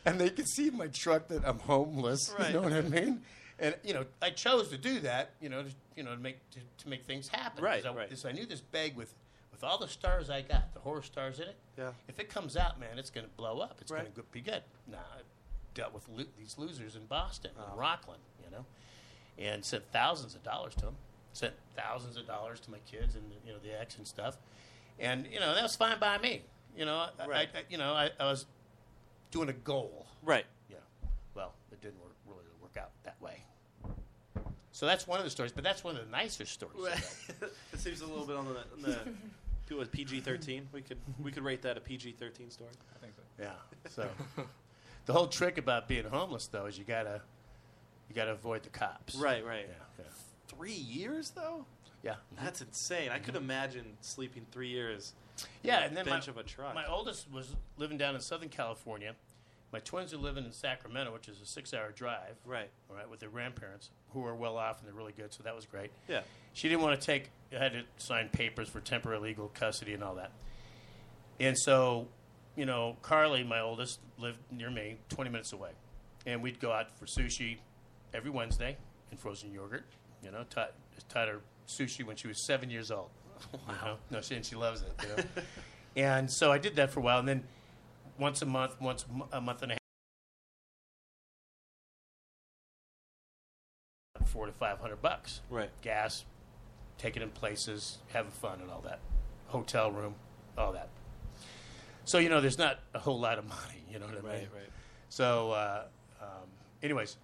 [SPEAKER 5] And they can see in my truck that I'm homeless.
[SPEAKER 3] Right.
[SPEAKER 5] You know what I mean? And you know, I chose to do that. You know, to, you know, to make to, to make things happen. 'Cause
[SPEAKER 3] Right,
[SPEAKER 5] I,
[SPEAKER 3] right.
[SPEAKER 5] So I knew this bag with with all the stars I got, the horror stars in it.
[SPEAKER 3] Yeah.
[SPEAKER 5] If it comes out, man, it's going to blow up. It's
[SPEAKER 3] Right.
[SPEAKER 5] going to be good. Now, I dealt with lo- these losers in Boston, and Rockland, you know, and sent thousands of dollars to them. Sent thousands of dollars to my kids and you know the ex and stuff, and you know that was fine by me. You know, I,
[SPEAKER 3] Right.
[SPEAKER 5] I, I- you know, I, I was doing a goal.
[SPEAKER 3] Right.
[SPEAKER 5] You know, well, it didn't work, really work out that way. So that's one of the stories, but that's one of the nicer stories. of that.
[SPEAKER 3] it seems a little bit on the. the it was PG thirteen. We could we could rate that a PG thirteen story.
[SPEAKER 6] I think so.
[SPEAKER 5] Yeah. So the whole trick about being homeless though is you gotta you gotta avoid the cops.
[SPEAKER 3] Right, right.
[SPEAKER 5] Yeah. Yeah.
[SPEAKER 3] Three years though.
[SPEAKER 5] Yeah.
[SPEAKER 3] That's insane. I could imagine sleeping three years.
[SPEAKER 5] Yeah,
[SPEAKER 3] on a
[SPEAKER 5] and then my-
[SPEAKER 3] bench of a truck.
[SPEAKER 5] My oldest was living down in Southern California. My twins are living in Sacramento, which is a six-hour drive.
[SPEAKER 3] right.
[SPEAKER 5] All right, with their grandparents who are well off and they're really good, so that was great.
[SPEAKER 3] Yeah.
[SPEAKER 5] She didn't want to take. I had to sign papers for temporary legal custody and all that. And so, you know, Carly, my oldest, lived near me, 20 minutes away, and we'd go out for sushi every Wednday and frozen yogurt. You know, taught, taught her sushi when she was seven years old. Wow. No, she and she loves it. You know? and so I did that for a while, and then once a month, once a mo- a month and a half, four to five hundred bucks
[SPEAKER 3] Right.
[SPEAKER 5] gas, take it in places, having fun and all that. Hotel room, all that. So, you know, there's not a whole lot of money, you know what I mean?
[SPEAKER 3] Right. Right.
[SPEAKER 5] So, uh, um, anyways,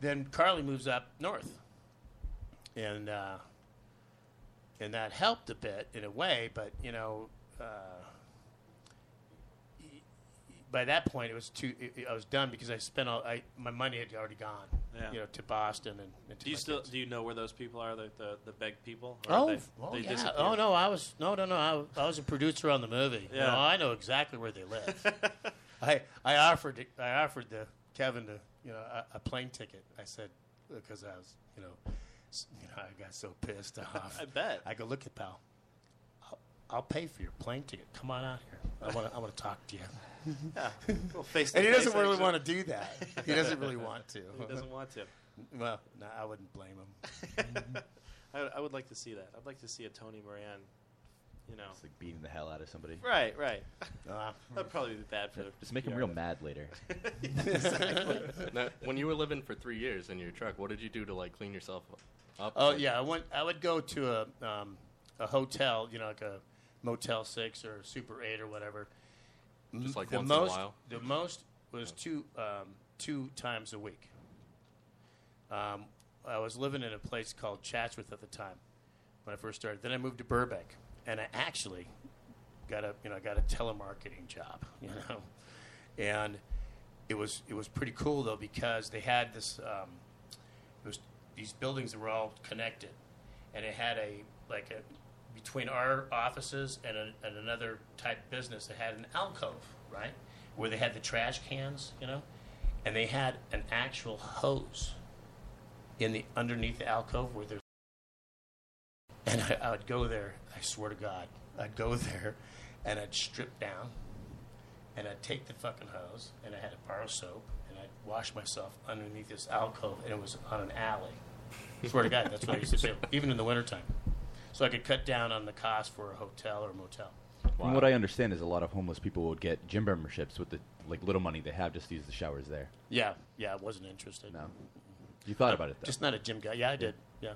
[SPEAKER 5] then Carly moves up north, and uh, and that helped a bit in a way. But you know, uh, y- y- by that point, it was too. It, it- I was done because I spent all I, my money had already gone.
[SPEAKER 3] Yeah.
[SPEAKER 5] You know, to Boston and, and to
[SPEAKER 3] Do you
[SPEAKER 5] my
[SPEAKER 3] still
[SPEAKER 5] kids.
[SPEAKER 3] do you know where those people are? The the, the beg people? Or
[SPEAKER 5] Oh,
[SPEAKER 3] they-
[SPEAKER 5] oh,
[SPEAKER 3] they
[SPEAKER 5] yeah.
[SPEAKER 3] disappeared?
[SPEAKER 5] oh no, I was no, no, no. I, I was a producer on the movie. You
[SPEAKER 3] Yeah.
[SPEAKER 5] know, I know exactly where they live. I I offered to- I offered to Kevin to you know a, a plane ticket. I said because I was you know s- you know I got so pissed off.
[SPEAKER 3] I bet.
[SPEAKER 5] I go look at pal. I'll, I'll pay for your plane ticket. Come on out here. I want to I want to talk to you.
[SPEAKER 3] Yeah. Well, face
[SPEAKER 5] And he doesn't really want to do that. He doesn't really want to.
[SPEAKER 3] He doesn't want to.
[SPEAKER 5] well, no, I wouldn't blame him.
[SPEAKER 3] I, I would like to see that. I'd like to see a Tony Moran. You know.
[SPEAKER 7] It's like beating the hell out of somebody.
[SPEAKER 3] Right. Right.
[SPEAKER 5] Uh,
[SPEAKER 3] That'd probably be bad for.
[SPEAKER 7] Just make him
[SPEAKER 3] PR.
[SPEAKER 7] real mad later.
[SPEAKER 4] Now, when you were living for three years in your truck, what did you do to like clean yourself up?
[SPEAKER 5] Oh yeah, I went. I would go to a um, a hotel, you know, like a Motel Six or Super Eight or whatever.
[SPEAKER 4] Just like
[SPEAKER 5] the
[SPEAKER 4] once in a
[SPEAKER 5] most,
[SPEAKER 4] while?
[SPEAKER 5] The most was two um, two times a week. Um, I was living in a place called Chatsworth at the time when I first started. Then I moved to Burbank, and I actually got a you know I got a telemarketing job, you know, and it was it was pretty cool though because they had this um, it was these buildings that were all connected, and it had a like a between our offices and, a, and another type business that had an alcove right where they had the trash cans you know and they had an actual hose in the underneath the alcove where there's and I, I would go there. I swear to God, I'd go there and I'd strip down and I'd take the fucking hose and I had to borrow soap and I'd wash myself underneath this alcove and it was on an alley. Swear to God, that's what I used to do, even in the wintertime. So I could cut down on the cost for a hotel or a motel.
[SPEAKER 7] From what I understand is a lot of homeless people will get gym memberships with the like little money they have just to use the showers there.
[SPEAKER 5] Yeah, yeah, I wasn't interested.
[SPEAKER 7] No, you thought about it though.
[SPEAKER 5] Just not a gym guy. Yeah, I did. Yeah.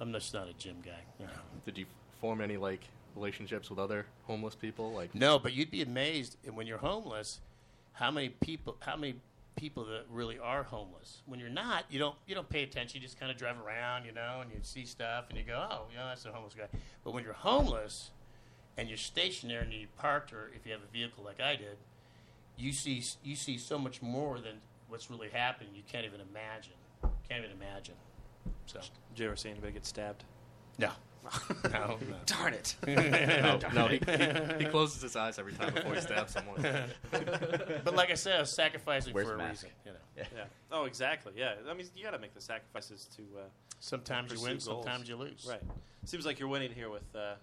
[SPEAKER 5] I'm just not a gym guy. Yeah.
[SPEAKER 4] Did you form any like relationships with other homeless people? Like
[SPEAKER 5] No, but you'd be amazed and when you're homeless, how many people how many people that really are homeless. When you're not, you don't you don't pay attention. You just kind of drive around, you know, and you see stuff and you go, "Oh, you know, that's a homeless guy." But when you're homeless and you're stationed there and you parked or if you have a vehicle like I did, you see you see so much more than what's really happening. You can't even imagine. Can't even imagine. So,
[SPEAKER 3] Did you ever see anybody get stabbed?
[SPEAKER 5] no. no, no.
[SPEAKER 3] Darn it!
[SPEAKER 4] no, no he, he, he closes his eyes every time before he stabs someone.
[SPEAKER 5] But like I said, I was sacrificing
[SPEAKER 7] Where's
[SPEAKER 5] for a
[SPEAKER 7] Mac?
[SPEAKER 5] reason. You know,
[SPEAKER 3] yeah. Oh, exactly. Yeah. I mean, you got to make the sacrifices to. Uh,
[SPEAKER 5] sometimes you
[SPEAKER 3] Pursue
[SPEAKER 5] win,
[SPEAKER 3] goals.
[SPEAKER 5] sometimes you lose.
[SPEAKER 3] right. Seems like you're winning here with uh,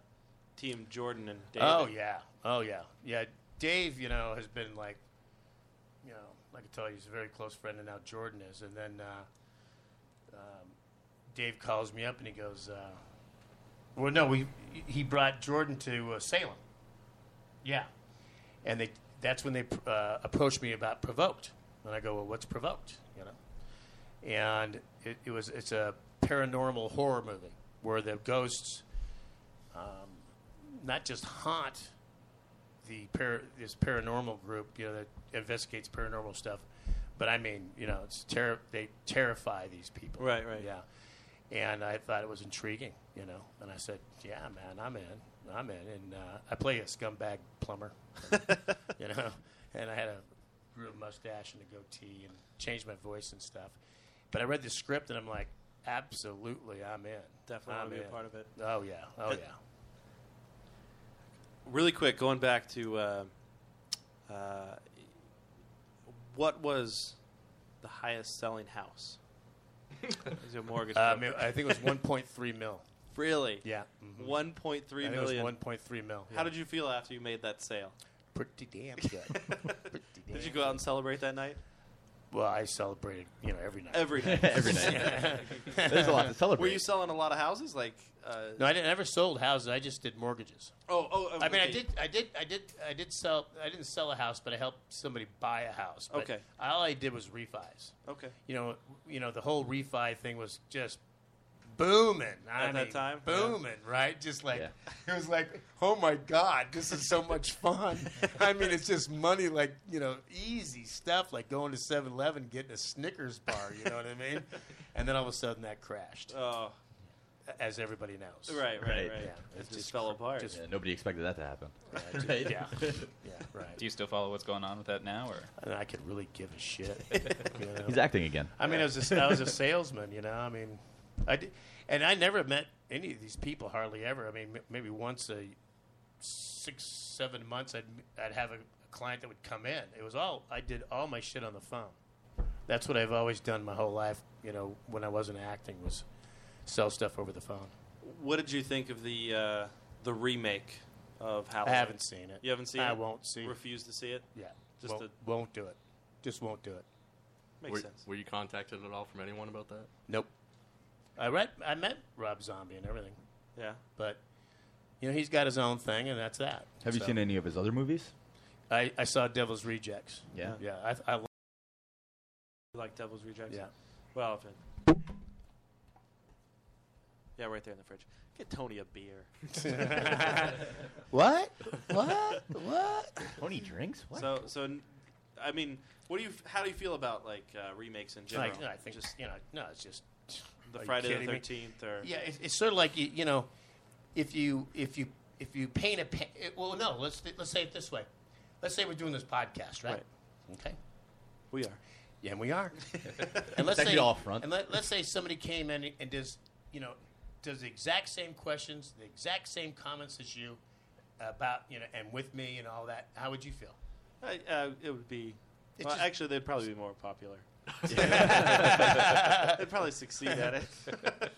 [SPEAKER 3] Team Jordan and David.
[SPEAKER 5] Oh yeah. Oh yeah. Yeah. Dave, you know, has been like, you know, like I tell you, he's a very close friend, and now Jordan is. And then uh, um, Dave calls me up and he goes, uh, "Well, no, we he brought Jordan to uh, Salem." Yeah. And they that's when they uh, approached me about provoked, and I go, "Well, what's provoked?" You know. and it, it was it's a paranormal horror movie where the ghosts um, not just haunt the par- this paranormal group you know that investigates paranormal stuff, but I mean you know it's terror they terrify these people
[SPEAKER 3] Right, right.
[SPEAKER 5] yeah and I thought it was intriguing you know and I said yeah man I'm in I'm in and uh, I play a scumbag plumber you know. And I had a grew a mustache and a goatee and changed my voice and stuff. But I read the script and I'm like, absolutely, I'm in.
[SPEAKER 3] Definitely
[SPEAKER 5] I'm
[SPEAKER 3] want to be a
[SPEAKER 5] in.
[SPEAKER 3] part of it.
[SPEAKER 5] Oh yeah, oh yeah.
[SPEAKER 3] Uh, Really quick, going back to uh, uh, what was the highest selling house? Is your mortgage?
[SPEAKER 5] Uh, I, mean, I think it was 1.3 mil.
[SPEAKER 3] really?
[SPEAKER 5] Yeah, mhm.
[SPEAKER 3] One point three
[SPEAKER 5] I think it was
[SPEAKER 3] million.
[SPEAKER 5] 1.3 mil.
[SPEAKER 3] How did you feel after you made that sale?
[SPEAKER 5] Pretty damn good. Pretty damn
[SPEAKER 3] Did you go out and celebrate that night?
[SPEAKER 5] Well, I celebrated, you know, every night.
[SPEAKER 3] Every night.
[SPEAKER 7] Every night. There's a lot to celebrate.
[SPEAKER 3] Were you selling a lot of houses? Like, uh,
[SPEAKER 5] no, I didn't, I never sold houses. I just did mortgages.
[SPEAKER 3] oh, oh.
[SPEAKER 5] I mean, I
[SPEAKER 3] okay.
[SPEAKER 5] did, I did, I did, I did sell. I didn't sell a house, but I helped somebody buy a house. But
[SPEAKER 3] Okay.
[SPEAKER 5] All I did was refis.
[SPEAKER 3] Okay.
[SPEAKER 5] you know, you know, the whole refi thing was just booming I
[SPEAKER 3] At that
[SPEAKER 5] mean,
[SPEAKER 3] time?
[SPEAKER 5] booming, right? Just like
[SPEAKER 7] Yeah.
[SPEAKER 5] it was like, oh my god, this is so much fun. I mean, it's just money, like you know, easy stuff, like going to 7-Eleven, getting a Snickers bar. You know what I mean? And then all of a sudden, that crashed,
[SPEAKER 3] Oh,
[SPEAKER 5] as everybody knows.
[SPEAKER 3] right, right, right.
[SPEAKER 7] Right.
[SPEAKER 5] Yeah.
[SPEAKER 3] It,
[SPEAKER 5] It's
[SPEAKER 3] just,
[SPEAKER 5] just
[SPEAKER 3] fell
[SPEAKER 5] cr-
[SPEAKER 3] apart.
[SPEAKER 5] just-
[SPEAKER 7] Yeah, nobody expected that to happen.
[SPEAKER 5] Right. Yeah. Yeah. Right.
[SPEAKER 6] Do you still follow what's going on with that now, or
[SPEAKER 5] and I could really give a shit. you know?
[SPEAKER 7] He's acting again.
[SPEAKER 5] I mean, I was a, I was a salesman, you know. I mean, I did, and I never met any of these people hardly ever. I mean, m- maybe once a six seven months, I'd I'd have a, client that would come in. It was all I did all my shit on the phone. That's what I've always done my whole life. You know, when I wasn't acting, was sell stuff over the phone.
[SPEAKER 3] What did you think of the uh, the remake of
[SPEAKER 5] I
[SPEAKER 3] Halloween?
[SPEAKER 5] haven't seen it.
[SPEAKER 3] You haven't seen
[SPEAKER 5] I
[SPEAKER 3] it.
[SPEAKER 5] won't see. it.
[SPEAKER 3] Refuse to see it.
[SPEAKER 5] Yeah,
[SPEAKER 3] Just
[SPEAKER 5] won't,
[SPEAKER 3] a-
[SPEAKER 5] won't do it. Just won't do it.
[SPEAKER 3] Makes
[SPEAKER 4] Were,
[SPEAKER 3] sense.
[SPEAKER 4] were you contacted at all from anyone about that?
[SPEAKER 5] Nope. I read. I met Rob Zombie and everything.
[SPEAKER 3] Yeah.
[SPEAKER 5] but you know he's got his own thing, and that's that.
[SPEAKER 7] Have you
[SPEAKER 5] So-
[SPEAKER 7] seen any of his other movies?
[SPEAKER 5] I, I saw Devil's Rejects.
[SPEAKER 7] Yeah.
[SPEAKER 5] Yeah, I, I lo-
[SPEAKER 3] You like Devil's Rejects.
[SPEAKER 5] yeah.
[SPEAKER 3] Well, if it, yeah, right there in the fridge. Get Tony a beer.
[SPEAKER 5] What? What? what?
[SPEAKER 7] Tony drinks. What?
[SPEAKER 3] So, so, n- I mean, what do you? f- How do you feel about like uh, remakes in general?
[SPEAKER 5] Like, no, I think
[SPEAKER 3] just
[SPEAKER 5] just you know, no, it's just
[SPEAKER 3] the
[SPEAKER 5] Are you
[SPEAKER 3] Friday the
[SPEAKER 5] kidding me?
[SPEAKER 3] Thirteenth or
[SPEAKER 5] Yeah, it's, it's sort of like you, you know, if you if you if you paint a pa- it- well, no, let's let's say it this way. Let's say we're doing this podcast, right? Okay.
[SPEAKER 3] we are.
[SPEAKER 5] Yeah, and we are. and let's
[SPEAKER 7] Thank
[SPEAKER 5] say
[SPEAKER 7] you all front.
[SPEAKER 5] And let, let's say somebody came in and does, you know, does the exact same questions, the exact same comments as you about, you know, and with me and all that. How would you feel?
[SPEAKER 3] I, uh, it would be.
[SPEAKER 5] It
[SPEAKER 3] well,
[SPEAKER 5] just-
[SPEAKER 3] actually, they'd probably be more popular. they'd probably succeed at it.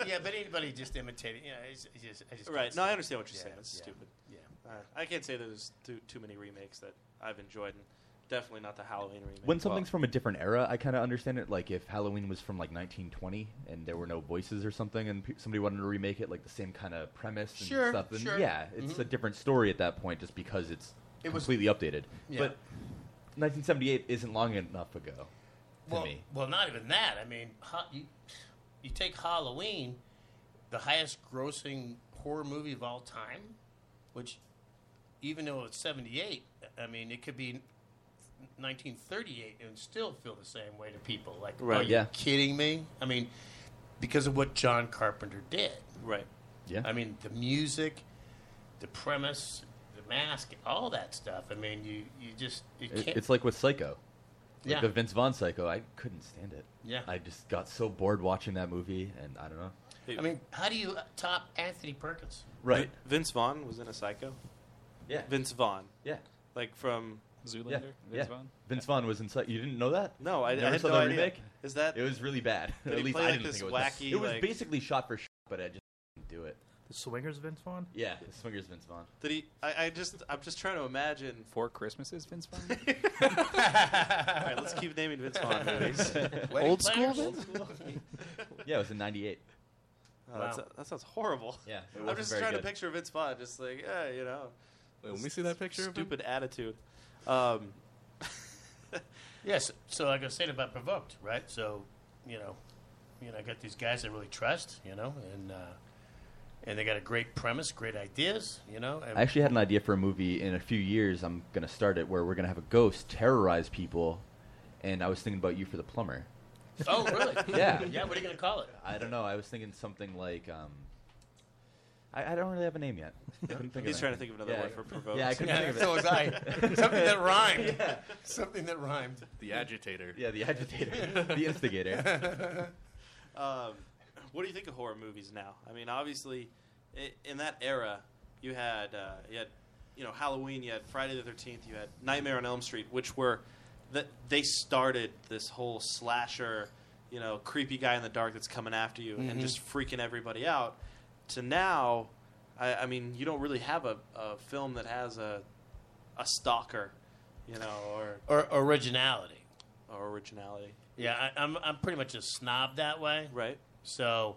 [SPEAKER 5] yeah, but anybody just imitating, you know, it's, it's just, I just
[SPEAKER 3] right.
[SPEAKER 5] can't
[SPEAKER 3] No, I
[SPEAKER 5] see it.
[SPEAKER 3] understand what you're
[SPEAKER 5] Yeah,
[SPEAKER 3] saying. It's
[SPEAKER 5] yeah,
[SPEAKER 3] stupid.
[SPEAKER 5] Yeah.
[SPEAKER 3] Uh, I can't say there's too too many remakes that I've enjoyed, and definitely not the Halloween remake.
[SPEAKER 7] When something's from a different era, I kind of understand it. Like if Halloween was from like 1920 and there were no voices or something, and pe- somebody wanted to remake it, like the same kind of premise and
[SPEAKER 5] Sure,
[SPEAKER 7] stuff. Then
[SPEAKER 5] sure. Mm-hmm.
[SPEAKER 7] yeah, it's a different story at that point, just because it's
[SPEAKER 5] It was-
[SPEAKER 7] completely updated.
[SPEAKER 5] Yeah.
[SPEAKER 7] But 1978 isn't long enough ago to
[SPEAKER 5] well,
[SPEAKER 7] me.
[SPEAKER 5] well, not even that. I mean, ha- you, you take Halloween, the highest grossing horror movie of all time, which, even though it's 78, I mean, it could be 1938 and still feel the same way to people. Like,
[SPEAKER 3] Right,
[SPEAKER 5] are you
[SPEAKER 7] yeah.
[SPEAKER 5] kidding me? I mean, because of what John Carpenter did.
[SPEAKER 3] right.
[SPEAKER 7] Yeah,
[SPEAKER 5] I mean, the music, the premise, the mask, all that stuff. I mean, you, you just, you
[SPEAKER 7] It-
[SPEAKER 5] can't.
[SPEAKER 7] it's like with Psycho. Like
[SPEAKER 5] Yeah.
[SPEAKER 7] the Vince Vaughn Psycho, I couldn't stand it.
[SPEAKER 5] Yeah.
[SPEAKER 7] I just got so bored watching that movie, and I don't know.
[SPEAKER 5] I mean, how do you top Anthony Perkins?
[SPEAKER 7] Right.
[SPEAKER 3] Vin- Vince Vaughn was in a Psycho.
[SPEAKER 7] Yeah.
[SPEAKER 3] Vince Vaughn,
[SPEAKER 7] Yeah.
[SPEAKER 3] like from
[SPEAKER 7] Yeah.
[SPEAKER 6] Zoolander. Vince
[SPEAKER 7] Vince
[SPEAKER 6] Vaughn?
[SPEAKER 7] Vaughn. Vince Vaughn was in Psycho. You didn't know that?
[SPEAKER 3] no, I, I
[SPEAKER 7] Never
[SPEAKER 3] had
[SPEAKER 7] saw
[SPEAKER 3] no
[SPEAKER 7] the
[SPEAKER 3] idea.
[SPEAKER 7] remake?
[SPEAKER 3] Is that
[SPEAKER 7] It was really bad.
[SPEAKER 3] Did
[SPEAKER 7] At
[SPEAKER 3] he
[SPEAKER 7] least
[SPEAKER 3] play,
[SPEAKER 7] I
[SPEAKER 3] like,
[SPEAKER 7] didn't
[SPEAKER 3] this
[SPEAKER 7] think it was.
[SPEAKER 3] wacky,
[SPEAKER 7] it was
[SPEAKER 3] like-
[SPEAKER 7] basically shot for shot, but I just didn't do it.
[SPEAKER 9] The Swingers Vince Vaughn?
[SPEAKER 7] Yeah, the Swingers Vince Vaughn.
[SPEAKER 3] did he? I, I just I'm just trying to imagine.
[SPEAKER 6] Four Christmases, Vince Vaughn.
[SPEAKER 3] All right, let's keep naming Vince Vaughn movies. Uh,
[SPEAKER 5] Old school,
[SPEAKER 7] Yeah, it was in '98.
[SPEAKER 3] Oh, that's-
[SPEAKER 5] Wow.
[SPEAKER 3] that sounds horrible.
[SPEAKER 7] Yeah, it
[SPEAKER 3] I'm
[SPEAKER 7] wasn't
[SPEAKER 3] just
[SPEAKER 7] very
[SPEAKER 3] trying
[SPEAKER 7] good.
[SPEAKER 3] to picture Vince Vaughn, just like yeah, you know,
[SPEAKER 4] Wait, let me see that picture of him.
[SPEAKER 3] stupid attitude. Um,
[SPEAKER 5] Yes. So, like I said about provoked, right? So, you know, you know, I got these guys I really trust, you know, and uh, and they got a great premise, great ideas, you know. And
[SPEAKER 7] I actually had an idea for a movie in a few years. I'm gonna start it where we're gonna have a ghost terrorize people, and I was thinking about you for the plumber.
[SPEAKER 5] oh, really?
[SPEAKER 7] Yeah.
[SPEAKER 5] yeah. What are you gonna call it?
[SPEAKER 7] I don't know. I was thinking something like um. I, I don't really have a name yet. I couldn't think of
[SPEAKER 3] he's trying to
[SPEAKER 7] anything.
[SPEAKER 3] think of another
[SPEAKER 7] Yeah.
[SPEAKER 3] word for provoked.
[SPEAKER 7] Yeah, I couldn't think
[SPEAKER 5] Yeah,
[SPEAKER 7] of it.
[SPEAKER 5] so was I. Something that rhymed. Something that rhymed.
[SPEAKER 4] The agitator.
[SPEAKER 7] Yeah, the agitator, the instigator.
[SPEAKER 3] Um, what do you think of horror movies now? I mean, obviously, i in that era, you had uh, you had you know Halloween, you had Friday the Thirteenth, you had Nightmare on Elm Street, which were that they started this whole slasher, you know, creepy guy in the dark that's coming after you and just freaking everybody out. To now, I, I mean, you don't really have a, a film that has a a stalker, you know, or,
[SPEAKER 5] Or originality.
[SPEAKER 3] or originality,
[SPEAKER 5] Yeah, I, I'm I'm pretty much a snob that way.
[SPEAKER 3] right?
[SPEAKER 5] So,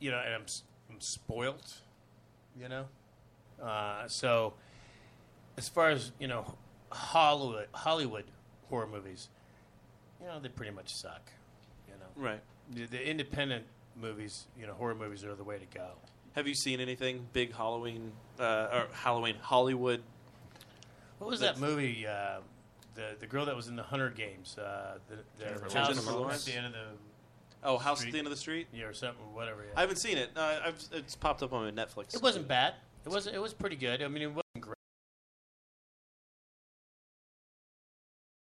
[SPEAKER 5] you know, and I'm, s- I'm spoilt, you know? Uh, so, as far as, you know, Hollywood, Hollywood horror movies, you know, they pretty much suck. You know,
[SPEAKER 3] Right.
[SPEAKER 5] the, the independent movies, you know, horror movies are the way to go.
[SPEAKER 3] Have you seen anything big Halloween uh, or Halloween Hollywood?
[SPEAKER 5] What was that movie? Uh, the the girl that was in the Hunter Games, uh, the, the
[SPEAKER 4] Jennifer
[SPEAKER 5] house
[SPEAKER 3] Lawrence.
[SPEAKER 5] at
[SPEAKER 3] Jennifer Lawrence?
[SPEAKER 5] the end of the
[SPEAKER 3] Oh, House
[SPEAKER 5] Street.
[SPEAKER 3] at the End of the Street.
[SPEAKER 5] yeah, or something, whatever. yeah.
[SPEAKER 3] I haven't seen it. Uh, I've, it's popped up on my Netflix.
[SPEAKER 5] It wasn't bad. It was it was pretty good. I mean, it wasn't great.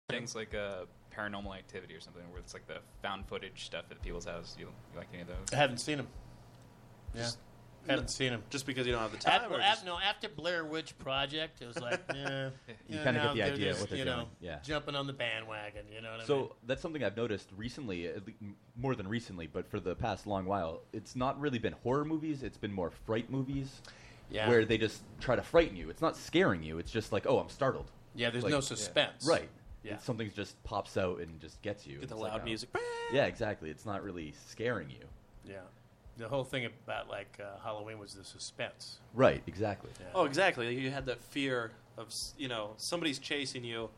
[SPEAKER 6] Things like uh, paranormal activity or something, where it's like the found footage stuff at people's houses. You, you like any of
[SPEAKER 5] I
[SPEAKER 6] those?
[SPEAKER 5] haven't seen him. Yeah, haven't
[SPEAKER 3] No.
[SPEAKER 5] seen him.
[SPEAKER 3] just because you don't have the time.
[SPEAKER 5] After,
[SPEAKER 3] or
[SPEAKER 5] af-
[SPEAKER 3] just-
[SPEAKER 5] no, after Blair Witch Project, it was like, eh,
[SPEAKER 7] You
[SPEAKER 5] know,
[SPEAKER 7] kinda get
[SPEAKER 5] now
[SPEAKER 7] the idea of
[SPEAKER 5] just,
[SPEAKER 7] what they're
[SPEAKER 5] you know,
[SPEAKER 7] doing, yeah.
[SPEAKER 5] jumping on the bandwagon. You know what I mean?
[SPEAKER 7] So that's something I've noticed recently, at le- m- more than recently, but for the past long while, it's not really been horror movies. It's been more fright movies,
[SPEAKER 5] Yeah.
[SPEAKER 7] where they just try to frighten you. It's not scaring you. It's just like, oh, I'm startled.
[SPEAKER 5] Yeah, there's
[SPEAKER 7] Like-
[SPEAKER 5] no suspense.
[SPEAKER 7] Right.
[SPEAKER 5] Yeah.
[SPEAKER 7] It's something just pops out and just gets you.
[SPEAKER 3] get the
[SPEAKER 7] It's like,
[SPEAKER 3] loud
[SPEAKER 7] oh.
[SPEAKER 3] music.
[SPEAKER 7] Yeah, exactly. It's not really scaring you.
[SPEAKER 5] Yeah. The whole thing about like uh, Halloween was the suspense.
[SPEAKER 7] Right. Exactly.
[SPEAKER 3] Oh, exactly. You had that fear of s- you know somebody's chasing you.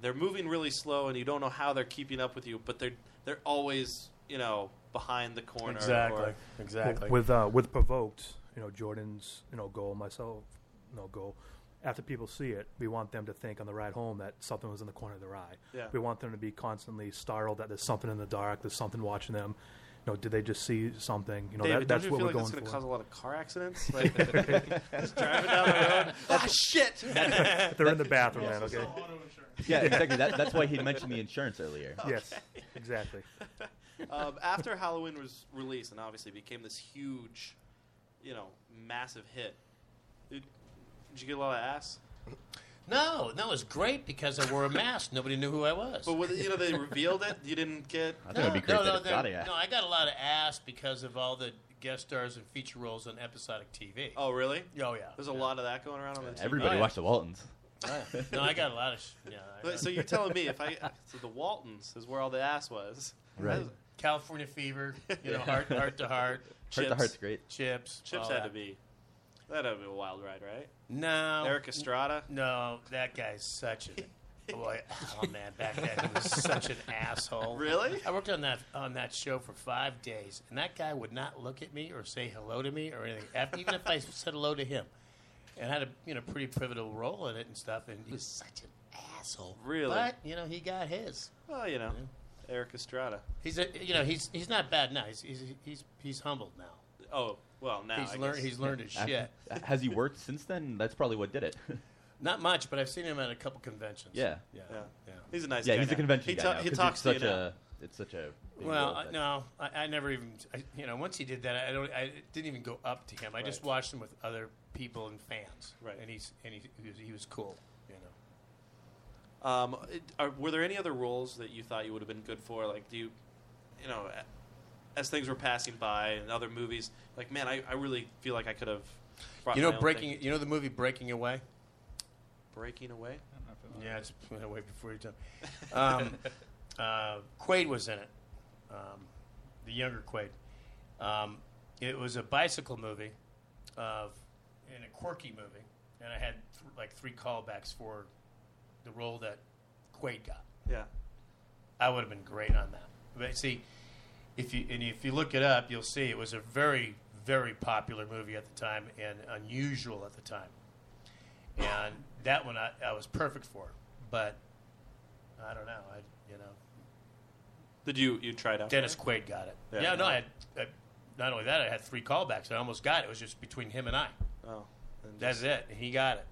[SPEAKER 3] They're moving really slow, and you don't know how they're keeping up with you, but they're they're always you know behind the corner. Or,
[SPEAKER 5] Exactly.
[SPEAKER 9] With uh, with provoked, you know, Jordan's, you know, goal, myself, no goal. After people see it, we want them to think on the ride home that something was in the corner of their eye.
[SPEAKER 3] Yeah.
[SPEAKER 9] We want them to be constantly startled that there's something in the dark, there's something watching them. You know, did they just see something? You know, that,
[SPEAKER 3] David, don't
[SPEAKER 9] that's
[SPEAKER 3] you
[SPEAKER 9] what
[SPEAKER 3] feel
[SPEAKER 9] we're
[SPEAKER 3] like that's
[SPEAKER 9] going
[SPEAKER 3] to
[SPEAKER 9] for.
[SPEAKER 3] cause a lot of car accidents? Like, just driving down the road. ah, shit!
[SPEAKER 9] They're in the bathroom, man. Okay.
[SPEAKER 7] Yeah. Exactly. that, that's why he mentioned the insurance earlier.
[SPEAKER 9] Yes, exactly.
[SPEAKER 3] um, after Halloween was released and obviously became this huge, you know, massive hit, it- did you get a lot of ass?
[SPEAKER 5] no, no, it was great because I wore a mask. Nobody knew who I was.
[SPEAKER 3] But with, you know, they revealed it. You didn't get.
[SPEAKER 7] I think it'd be great that it got
[SPEAKER 5] no,
[SPEAKER 7] it.
[SPEAKER 5] no, I got a lot of ass because of all the guest stars and feature roles on episodic TV.
[SPEAKER 3] Oh, really?
[SPEAKER 5] Oh, yeah.
[SPEAKER 3] There's a lot of that going around on the Oh, TV.
[SPEAKER 7] Everybody watched the Waltons.
[SPEAKER 5] no, I got a lot of. Sh- yeah. I-
[SPEAKER 3] But- so you're telling me if I so the Waltons is where all the ass was.
[SPEAKER 7] Right.
[SPEAKER 5] California Fever, you know, heart, heart to
[SPEAKER 7] Heart
[SPEAKER 5] heart,
[SPEAKER 3] Chips.
[SPEAKER 7] to Heart's great.
[SPEAKER 5] Chips.
[SPEAKER 3] Chips
[SPEAKER 5] all
[SPEAKER 3] had
[SPEAKER 5] that.
[SPEAKER 3] to be that had to be a wild ride, right?
[SPEAKER 5] No,
[SPEAKER 3] Eric Estrada.
[SPEAKER 5] No, that guy's such a boy. Oh man, back then he was such an asshole.
[SPEAKER 3] Really?
[SPEAKER 5] I worked on that on that show for five days, and that guy would not look at me or say hello to me or anything. af- Even if I said hello to him, and I had a you know pretty pivotal role in it and stuff, and he was such an asshole.
[SPEAKER 3] Really?
[SPEAKER 5] But you know he got his.
[SPEAKER 3] Well, you know, Eric Estrada.
[SPEAKER 5] He's a you know he's he's not bad now. He's he's he's, he's humbled now.
[SPEAKER 3] Oh, well, now
[SPEAKER 5] He's
[SPEAKER 3] I
[SPEAKER 5] learned
[SPEAKER 3] guess.
[SPEAKER 5] he's learned his shit.
[SPEAKER 7] Has he worked since then? That's probably what did it.
[SPEAKER 5] Not much, but I've seen him at a couple conventions.
[SPEAKER 7] Yeah.
[SPEAKER 5] yeah,
[SPEAKER 3] Yeah.
[SPEAKER 5] yeah.
[SPEAKER 3] He's a nice
[SPEAKER 7] yeah,
[SPEAKER 3] guy.
[SPEAKER 7] he's a
[SPEAKER 3] now.
[SPEAKER 7] convention
[SPEAKER 3] he
[SPEAKER 7] guy
[SPEAKER 3] ta-
[SPEAKER 7] now,
[SPEAKER 3] He
[SPEAKER 7] 'cause
[SPEAKER 3] talks
[SPEAKER 7] it's
[SPEAKER 3] to
[SPEAKER 7] such
[SPEAKER 3] you now.
[SPEAKER 7] a. It's such a. big
[SPEAKER 5] Well,
[SPEAKER 7] role
[SPEAKER 5] I,
[SPEAKER 7] that-
[SPEAKER 5] no, I, I never even. I, you know, once he did that, I don't. I didn't even go up to him. I just
[SPEAKER 3] Right.
[SPEAKER 5] watched him with other people and fans.
[SPEAKER 3] Right.
[SPEAKER 5] and he's and he, he, was, he was cool. You know,
[SPEAKER 3] Um, it- are, were there any other roles that you thought you would have been good for? Like, do you, you know, a- as things were passing by and other movies, like, man, I, I really feel like I could have. Brought
[SPEAKER 5] you
[SPEAKER 3] my
[SPEAKER 5] know,
[SPEAKER 3] own
[SPEAKER 5] breaking.
[SPEAKER 3] thing.
[SPEAKER 5] You know the movie Breaking Away.
[SPEAKER 3] breaking away.
[SPEAKER 6] I'm not familiar.
[SPEAKER 5] Yeah, it's went away before your time. Um, uh, Quaid was in it, um, the younger Quaid. Um, it was a bicycle movie, of, and a quirky movie, and I had th- like three callbacks for the role that Quaid got.
[SPEAKER 3] Yeah,
[SPEAKER 5] I would have been great on that. But see, if you and if you look it up, you'll see it was a very very popular movie at the time and unusual at the time. And that one I, I was perfect for, but I don't know. I you know
[SPEAKER 3] did you you try it out?
[SPEAKER 5] Dennis Quaid got it.
[SPEAKER 3] Yeah.
[SPEAKER 5] Yeah, no, I had. I, not only that, I had three callbacks. I almost got it. It was just between him and I.
[SPEAKER 3] Oh, and
[SPEAKER 5] That's it. And he got it.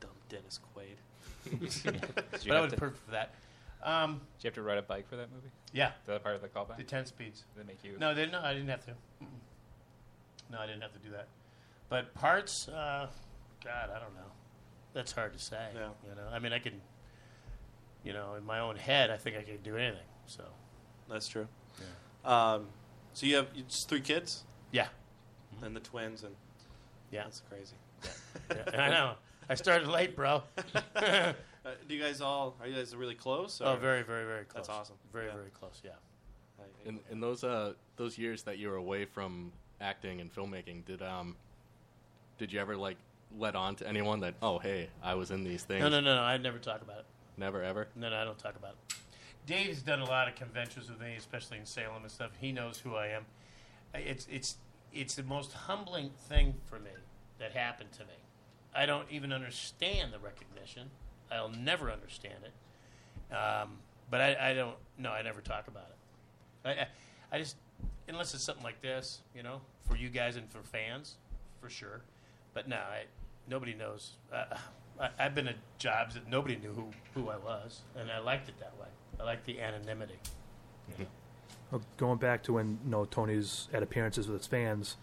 [SPEAKER 3] dumb Dennis Quaid.
[SPEAKER 6] Did, you
[SPEAKER 5] But I
[SPEAKER 6] have
[SPEAKER 5] was
[SPEAKER 6] to,
[SPEAKER 5] perfect for that. Um,
[SPEAKER 6] did you have to ride a bike for that movie?
[SPEAKER 5] yeah,
[SPEAKER 6] Is that part of the callback?
[SPEAKER 5] the
[SPEAKER 6] Did
[SPEAKER 5] ten speeds.
[SPEAKER 6] they make you?
[SPEAKER 5] No, they, no, I didn't have to. Mm-mm. No, I didn't have to do that. But parts, uh, God, I don't know. That's hard to say.
[SPEAKER 3] Yeah.
[SPEAKER 5] You know, I mean, I can, you know, in my own head, I think I could do anything. So,
[SPEAKER 3] That's true. Yeah. Um, so you have you just three kids
[SPEAKER 5] yeah,
[SPEAKER 3] and the twins, and
[SPEAKER 5] Mm-hmm. yeah,
[SPEAKER 3] that's crazy.
[SPEAKER 5] Yeah, I know. I started late, bro.
[SPEAKER 3] Uh, do you guys all are you guys really close?
[SPEAKER 5] Oh,
[SPEAKER 3] or-
[SPEAKER 5] very, very, very close.
[SPEAKER 3] That's awesome.
[SPEAKER 5] Very,
[SPEAKER 3] Yeah.
[SPEAKER 5] very close. Yeah.
[SPEAKER 3] I-
[SPEAKER 4] In, in those uh those years that you were away from acting and filmmaking, did um did you ever like let on to anyone that oh hey I was in these things?
[SPEAKER 5] No, no, no, no. I never talk about it.
[SPEAKER 4] Never ever.
[SPEAKER 5] No, no, I don't talk about it. Dave's done a lot of conventions with me, especially in Salem and stuff. He knows who I am. I- It's it's it's the most humbling thing for me that happened to me. I don't even understand the recognition. I'll never understand it. Um, but I, I don't. No, I never talk about it. I, I I just unless it's something like this, you know, for you guys and for fans, for sure. But no, I, nobody knows. Uh, I, I've been at jobs that nobody knew who, who I was, and I liked it that way. I liked the anonymity.
[SPEAKER 9] Well, going back to when you know Tony's at appearances with his fans,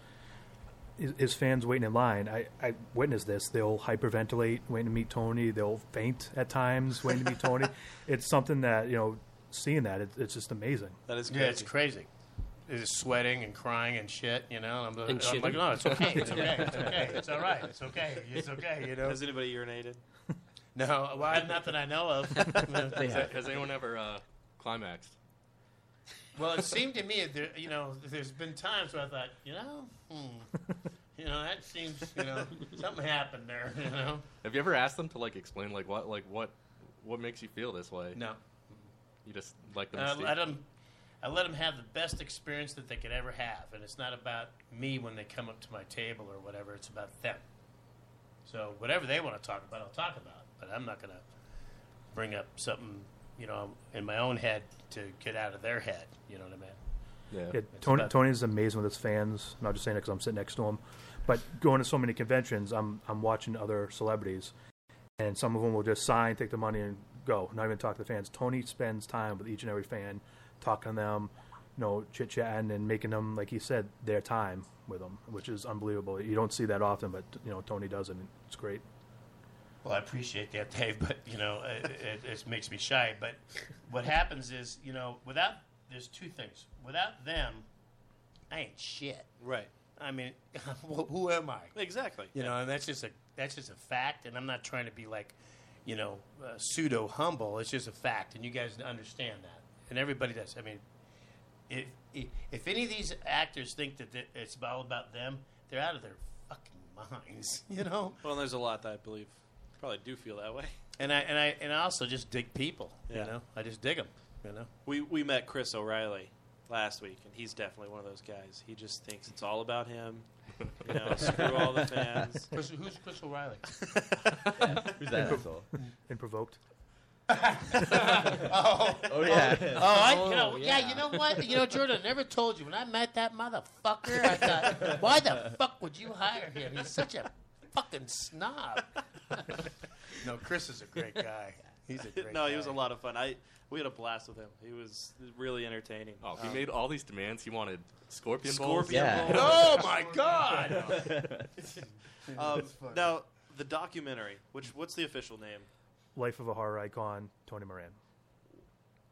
[SPEAKER 9] his, his fans waiting in line. I, I witnessed this. They'll hyperventilate waiting to meet Tony. They'll faint at times waiting to meet Tony. It's something that you know, seeing that it, it's just amazing.
[SPEAKER 3] that is crazy.
[SPEAKER 5] Yeah, it's crazy. It's sweating and crying and shit, you know. And I'm,
[SPEAKER 4] And
[SPEAKER 5] I'm like,
[SPEAKER 4] shitting.
[SPEAKER 5] no, it's okay, it's okay, it's okay, it's all right, it's okay, it's okay, you know.
[SPEAKER 3] Has anybody urinated?
[SPEAKER 5] No, well, I- not that I know of.
[SPEAKER 7] They have.
[SPEAKER 4] Has anyone ever uh, climaxed?
[SPEAKER 5] Well, it seemed to me, there, you know, there's been times where I thought, you know, hmm, you know, that seems, you know, something happened there, you know.
[SPEAKER 4] Have you ever asked them to like explain like what like what what makes you feel this way?
[SPEAKER 5] No,
[SPEAKER 4] You just like the
[SPEAKER 5] And I
[SPEAKER 4] mystique.
[SPEAKER 5] let them, I let them have the best experience that they could ever have, and it's not about me when they come up to my table or whatever. It's about them. So whatever they want to talk about, I'll talk about. But I'm not gonna bring up something, you know, in my own head to get out of their head. You know what I mean?
[SPEAKER 4] yeah.
[SPEAKER 9] Yeah, Tony,
[SPEAKER 5] about-
[SPEAKER 9] Tony's amazing with his fans. I'm not just saying it because I'm sitting next to him, but going to so many conventions, I'm I'm watching other celebrities, and some of them will just sign, take the money, and go. Not even talk to the fans. Tony spends time with each and every fan, talking to them, you know, chit chatting and making them, like he said, their time with them, which is unbelievable. You don't see that often, but you know, Tony does, and it's great.
[SPEAKER 5] Well, I appreciate that, Dave, but you know, it, it, it makes me shy. But what happens is, you know, without there's two things. Without them, I ain't shit.
[SPEAKER 3] Right.
[SPEAKER 5] I mean, wh- who am I?
[SPEAKER 3] Exactly.
[SPEAKER 5] You know, and that's just a that's just a fact. And I'm not trying to be like, you know, uh, pseudo humble. It's just a fact, and you guys understand that, and everybody does. I mean, if if any of these actors think that th- it's all about them, they're out of their fucking minds. You know.
[SPEAKER 3] Well, there's a lot that I believe probably do feel that way.
[SPEAKER 5] And I and I and I also just dig people.
[SPEAKER 3] Yeah.
[SPEAKER 5] You know, I just dig them. You know.
[SPEAKER 3] We we met Chris O'Reilly last week, and he's definitely one of those guys. He just thinks it's all about him. You know, screw all the fans.
[SPEAKER 5] Chris, who's Chris O'Reilly?
[SPEAKER 7] Who's that asshole?
[SPEAKER 9] and provoked.
[SPEAKER 7] Oh yeah.
[SPEAKER 5] Oh, I,
[SPEAKER 8] Oh,
[SPEAKER 5] you know, yeah.
[SPEAKER 8] yeah.
[SPEAKER 5] you know what? You know, Jordan, I never told you. When I met that motherfucker, I thought, why the fuck would you hire him? He's such a fucking snob. no, Chris is a great guy. He's a great
[SPEAKER 3] no, he was
[SPEAKER 5] guy.
[SPEAKER 3] a lot of fun. I we had a blast with him. He was really entertaining.
[SPEAKER 4] Oh,
[SPEAKER 3] Um,
[SPEAKER 4] he made all these demands. He wanted scorpion, balls.
[SPEAKER 3] Scorpion
[SPEAKER 7] Yeah.
[SPEAKER 3] Ball.
[SPEAKER 5] Oh, my God.
[SPEAKER 3] Um, now the documentary, which what's the official name?
[SPEAKER 9] Life of a horror icon, Tony Moran.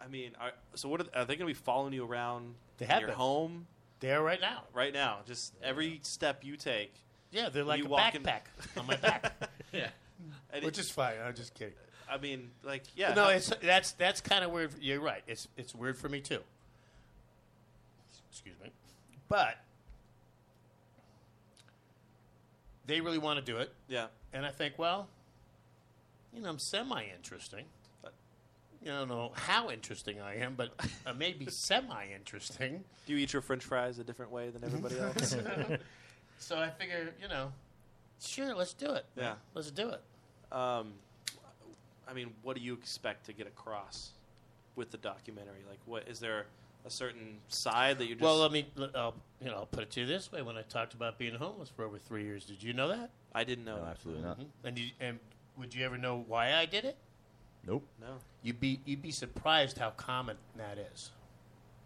[SPEAKER 3] I mean, are, so what are, are they going to be following you around
[SPEAKER 5] They
[SPEAKER 3] in
[SPEAKER 5] have
[SPEAKER 3] your
[SPEAKER 5] been.
[SPEAKER 3] home
[SPEAKER 5] They're right now.
[SPEAKER 3] right now? Just every step you take,
[SPEAKER 5] Yeah, they're like
[SPEAKER 3] You
[SPEAKER 5] a
[SPEAKER 3] walk in-
[SPEAKER 5] backpack on my back.
[SPEAKER 3] and it-
[SPEAKER 5] Which is fine. I'm just kidding.
[SPEAKER 3] I mean, like yeah,
[SPEAKER 5] No, it's that's that's kind of weird. You're right. It's it's weird for me too. Excuse me, but they really want to do it,
[SPEAKER 3] yeah.
[SPEAKER 5] and I think, well, you know, I'm semi-interesting. You don't know how interesting I am, but I may be semi-interesting.
[SPEAKER 3] Do you eat your French fries a different way than everybody else?
[SPEAKER 5] So I figure, you know, sure, let's do it.
[SPEAKER 3] yeah.
[SPEAKER 5] Let's do it.
[SPEAKER 3] Um, I mean, what do you expect to get across with the documentary? Like, what is there a certain side that you just?
[SPEAKER 5] well, um, I mean, l- I'll, you know, I'll put it to you this way: when I talked about being homeless for over three years, did you know that?
[SPEAKER 3] I didn't know.
[SPEAKER 7] No,
[SPEAKER 3] that.
[SPEAKER 7] absolutely not.
[SPEAKER 5] Mm-hmm. And you, and would you ever know why I did it?
[SPEAKER 3] Mm-hmm.
[SPEAKER 7] Nope.
[SPEAKER 3] No,
[SPEAKER 5] You'd be you'd be surprised how common that is,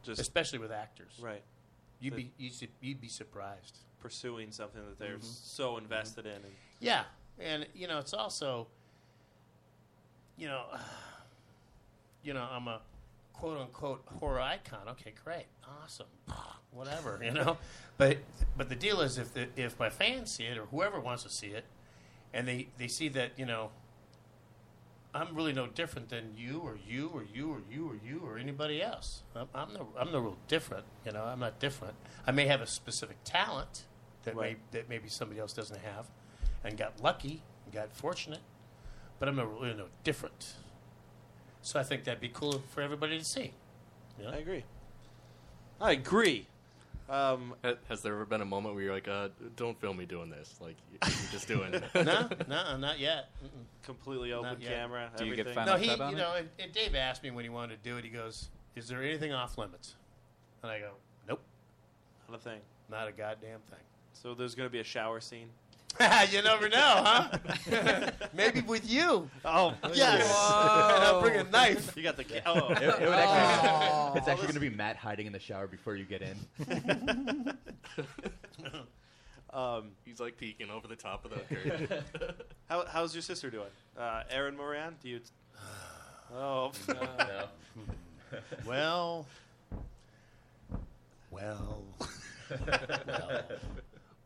[SPEAKER 3] just
[SPEAKER 5] especially with actors.
[SPEAKER 3] right
[SPEAKER 5] You'd be you'd, su- you'd be surprised.
[SPEAKER 3] pursuing something that they're
[SPEAKER 5] Mm-hmm.
[SPEAKER 3] so invested in. And,
[SPEAKER 5] Yeah, and you know it's also, you know, you know I'm a quote unquote horror icon. Okay, great, awesome, whatever, you know. But but the deal is if the, if my fans see it or whoever wants to see it, and they they see that you know. I'm really no different than you or you or you or you or you or anybody else. I'm, I'm no I'm no real different. You know, I'm not different. I may have a specific talent that
[SPEAKER 3] Right.
[SPEAKER 5] may that maybe somebody else doesn't have, and got lucky, and got fortunate, but I'm no really no different. So I think that'd be cool for everybody to see.
[SPEAKER 3] I agree. I agree. Um,
[SPEAKER 4] Ha- Has there ever been a moment where you're like, uh, "Don't film me doing this"? Like, y- you're just doing. it.
[SPEAKER 5] No, no, not yet. Mm-mm.
[SPEAKER 3] completely open
[SPEAKER 5] yet.
[SPEAKER 3] camera.
[SPEAKER 6] Do you get
[SPEAKER 3] everything.
[SPEAKER 6] final-
[SPEAKER 5] No,
[SPEAKER 6] Not
[SPEAKER 5] he, you
[SPEAKER 6] set on it?
[SPEAKER 5] know, and, and Dave asked me when he wanted to do it. He goes, "Is there anything off limits?" And I go, "Nope,
[SPEAKER 3] Not a thing.
[SPEAKER 5] not a goddamn thing."
[SPEAKER 3] So there's going to be a shower scene.
[SPEAKER 5] you never know, huh? Maybe with you.
[SPEAKER 3] Oh
[SPEAKER 5] Yes. and I'll bring a knife.
[SPEAKER 3] You got the ca- oh.
[SPEAKER 7] It, it would actually, it's actually going to be Matt hiding in the shower before you get in.
[SPEAKER 3] Um,
[SPEAKER 4] He's like peeking over the top of the curtain.
[SPEAKER 3] How, how's your sister doing? Uh, Aaron Moran, do you? oh,
[SPEAKER 5] Well, well, well,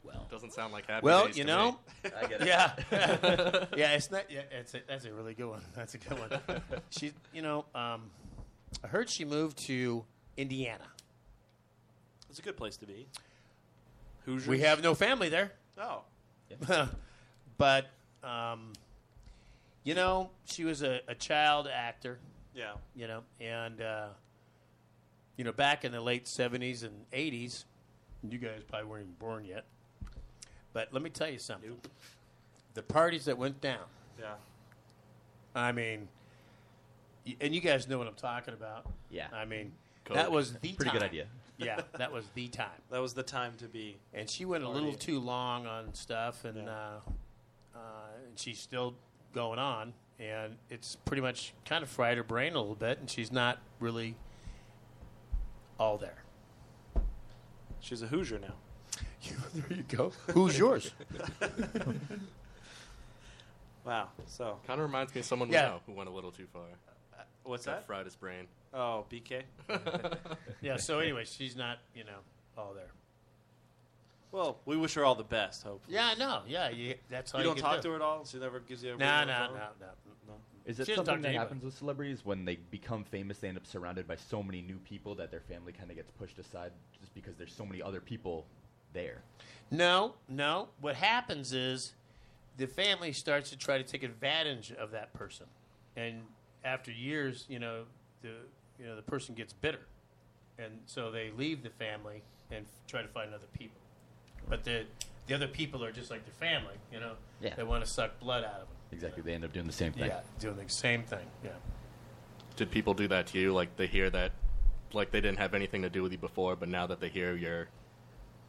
[SPEAKER 5] well.
[SPEAKER 4] Doesn't sound like happy.
[SPEAKER 5] Well,
[SPEAKER 4] days
[SPEAKER 5] you
[SPEAKER 4] to me.
[SPEAKER 5] know,
[SPEAKER 7] I get
[SPEAKER 5] yeah, yeah. It's not. Yeah, it's a, that's a really good one. That's a good one. She, you know, um, I heard she moved to Indiana.
[SPEAKER 3] it's a good place to be. Hoosiers.
[SPEAKER 5] We have no family there,
[SPEAKER 3] oh,
[SPEAKER 5] but um, you know, she was a, a child actor.
[SPEAKER 3] yeah,
[SPEAKER 5] you know, and uh, you know, back in the late seventies and eighties, you guys probably weren't even born yet. But let me tell you something: the parties that went down.
[SPEAKER 3] yeah.
[SPEAKER 5] I mean, y- and you guys know what I'm talking about.
[SPEAKER 7] Yeah.
[SPEAKER 5] I mean,
[SPEAKER 4] Coke.
[SPEAKER 5] that was the
[SPEAKER 7] Pretty good
[SPEAKER 5] time.
[SPEAKER 7] idea.
[SPEAKER 5] Yeah, that was the time.
[SPEAKER 3] That was the time to be.
[SPEAKER 5] And she went a
[SPEAKER 3] Party.
[SPEAKER 5] little too long on stuff, and
[SPEAKER 3] Yeah.
[SPEAKER 5] uh, uh, and she's still going on, and it's pretty much kind of fried her brain a little bit, and she's not really all there.
[SPEAKER 3] She's a Hoosier now.
[SPEAKER 5] there you go. Who's yours?
[SPEAKER 3] Wow. So
[SPEAKER 4] kind of reminds me of someone
[SPEAKER 5] Yeah.
[SPEAKER 4] we know who went a little too far.
[SPEAKER 3] what's
[SPEAKER 4] That
[SPEAKER 3] that?
[SPEAKER 4] fried his brain.
[SPEAKER 3] Oh, BK.
[SPEAKER 5] yeah. So anyway, she's not you know all there.
[SPEAKER 3] Well, we wish her all the best. Hopefully,
[SPEAKER 5] Yeah, I know. Yeah, you, that's how
[SPEAKER 3] you
[SPEAKER 5] you,
[SPEAKER 3] don't
[SPEAKER 5] can
[SPEAKER 3] talk
[SPEAKER 5] do.
[SPEAKER 3] to her at all. She never gives you a.
[SPEAKER 5] No,
[SPEAKER 3] ring or
[SPEAKER 5] no,
[SPEAKER 3] phone?
[SPEAKER 5] no, no.
[SPEAKER 7] Is it
[SPEAKER 5] She
[SPEAKER 7] something
[SPEAKER 5] doesn't talk to
[SPEAKER 7] that
[SPEAKER 5] anybody.
[SPEAKER 7] happens with celebrities when they become famous? They end up surrounded by so many new people that their family kind of gets pushed aside just because there's so many other people there.
[SPEAKER 5] No, no. What happens is the family starts to try to take advantage of that person, and after years, you know, the you know the person gets bitter, and so they leave the family and f- try to find other people. But the the other people are just like their family, you know.
[SPEAKER 8] Yeah.
[SPEAKER 5] They want to suck blood out of them.
[SPEAKER 7] Exactly. They end up doing the same thing.
[SPEAKER 5] Yeah, doing the same thing. Yeah.
[SPEAKER 4] Did people do that to you? Like they hear that, like they didn't have anything to do with you before, but now that they hear you're,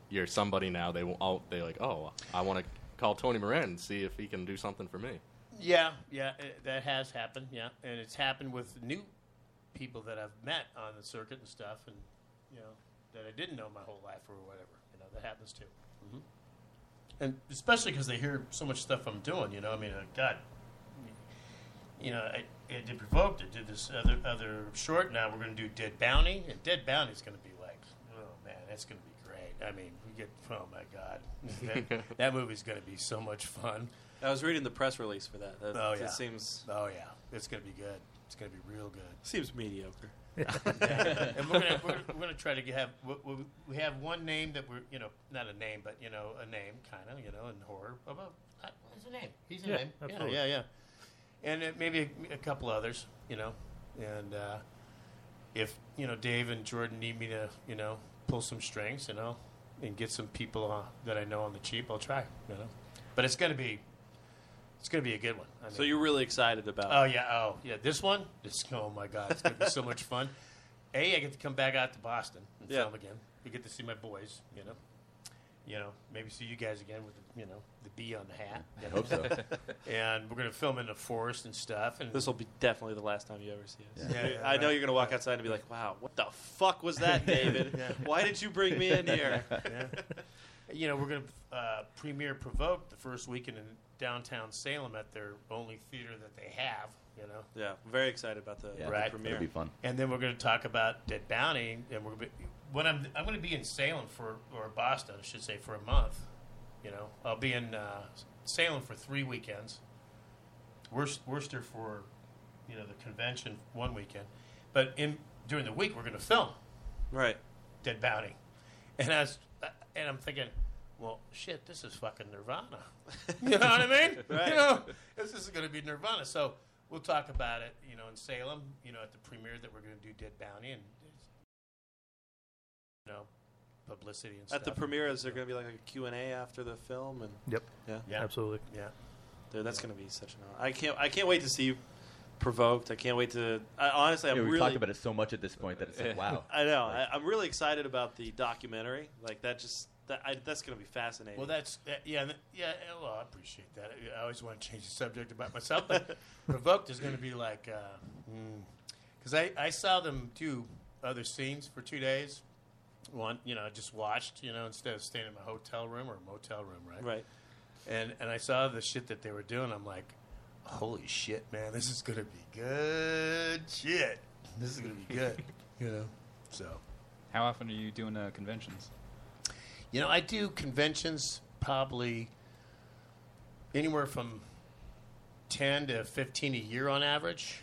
[SPEAKER 4] you're somebody now, they will all they like, oh, I want to call Tony Moran and see if he can do something for me.
[SPEAKER 5] Yeah, yeah, it, that has happened. Yeah, and it's happened with new people that I've met on the circuit and stuff, and you know that I didn't know my whole life or whatever. You know that happens too. hmm And especially because they hear so much stuff I'm doing. You know, I mean, uh, God, you know, I, I did provoked. I did this other other short. Now we're going to do Dead Bounty, and Dead Bounty's going to be like, oh man, that's going to be great. I mean, we get oh my God, that, that movie's going to be so much fun.
[SPEAKER 3] I was reading the press release for that. That
[SPEAKER 5] Oh,
[SPEAKER 3] that
[SPEAKER 5] yeah.
[SPEAKER 3] seems
[SPEAKER 5] Oh yeah, it's gonna be good. It's gonna be real good.
[SPEAKER 3] seems mediocre.
[SPEAKER 5] and we're gonna we're, we're gonna try to have we- we, we have one name that we're you know not a name but you know a name kind of you know in horror. Oh, well, I- What's a name? He's a
[SPEAKER 9] Yeah,
[SPEAKER 5] name.
[SPEAKER 9] absolutely.
[SPEAKER 5] Yeah, yeah, yeah. And uh, maybe a, a couple others, you know. And uh, if you know Dave and Jordan need me to you know pull some strings, you know, and get some people uh, that I know on the cheap, I'll try. You know, but it's gonna be it's gonna be a good one. I
[SPEAKER 3] So
[SPEAKER 5] mean-
[SPEAKER 3] you're really excited about?
[SPEAKER 5] Oh yeah, oh yeah. This one, this oh my god, it's gonna be so much fun. A, I get to come back out to Boston and
[SPEAKER 3] Yeah.
[SPEAKER 5] film again. You get to see my boys, you know. You know, maybe see you guys again with the, you know the bee on the hat. you
[SPEAKER 7] I
[SPEAKER 5] know.
[SPEAKER 7] hope so.
[SPEAKER 5] and we're gonna film in the forest and stuff. And
[SPEAKER 3] This will be definitely the last time you ever see us.
[SPEAKER 5] Yeah. Yeah,
[SPEAKER 3] I know
[SPEAKER 5] right.
[SPEAKER 3] you're gonna walk outside and be like, "Wow, what the fuck was that, David? Why did you bring me in here?"
[SPEAKER 5] you know we're gonna uh, premiere Provoked the first weekend in downtown Salem at their only theater that they have. You know,
[SPEAKER 3] Yeah, I'm very excited about the,
[SPEAKER 7] Yeah,
[SPEAKER 3] the
[SPEAKER 5] Right.
[SPEAKER 3] premiere.
[SPEAKER 7] It'll be fun.
[SPEAKER 5] and then we're going to talk about Dead Bounty, and we're gonna be, when I'm I'm going to be in Salem for or Boston, I should say, for a month. You know, I'll be in uh, Salem for three weekends, Worc- Worcester for you know the convention one weekend, but in during the week we're going to film
[SPEAKER 3] Right.
[SPEAKER 5] Dead Bounty, and I was, and I'm thinking. Well, shit, this is fucking Nirvana. You know what I mean?
[SPEAKER 3] Right.
[SPEAKER 5] You know, this is going to be Nirvana. So we'll talk about it, you know, in Salem, you know, at the premiere that we're going to do Dead Bounty and, you know, publicity and stuff.
[SPEAKER 3] At the premiere, is there going to be like a Q and A after the film? And
[SPEAKER 9] Yep,
[SPEAKER 3] yeah,
[SPEAKER 5] Yeah.
[SPEAKER 9] absolutely.
[SPEAKER 5] Yeah.
[SPEAKER 3] dude, that's going to be such an. honor. I can't. I can't wait to see you provoked. I can't wait to. I, honestly, I'm
[SPEAKER 7] Yeah, we've
[SPEAKER 3] really.
[SPEAKER 7] talked about it so much at this point that it's like, wow.
[SPEAKER 3] I know. I, I'm really excited about the documentary. Like that, just that. I, that's going to be fascinating.
[SPEAKER 5] Well, that's, that, yeah, and- yeah, eh, well, I appreciate that. I- I always want to change the subject about myself, but Provoked is going to be like, because I, I saw them do other scenes for two days. One, you know, I just watched, you know, instead of staying in my hotel room or motel room, right?
[SPEAKER 3] right.
[SPEAKER 5] and and I saw the shit that they were doing. I'm like, holy shit, man, this is gonna be good shit. This is gonna be good, you know. So,
[SPEAKER 6] How often are you doing uh, conventions?
[SPEAKER 5] you know, I do conventions probably anywhere from ten to fifteen a year on average,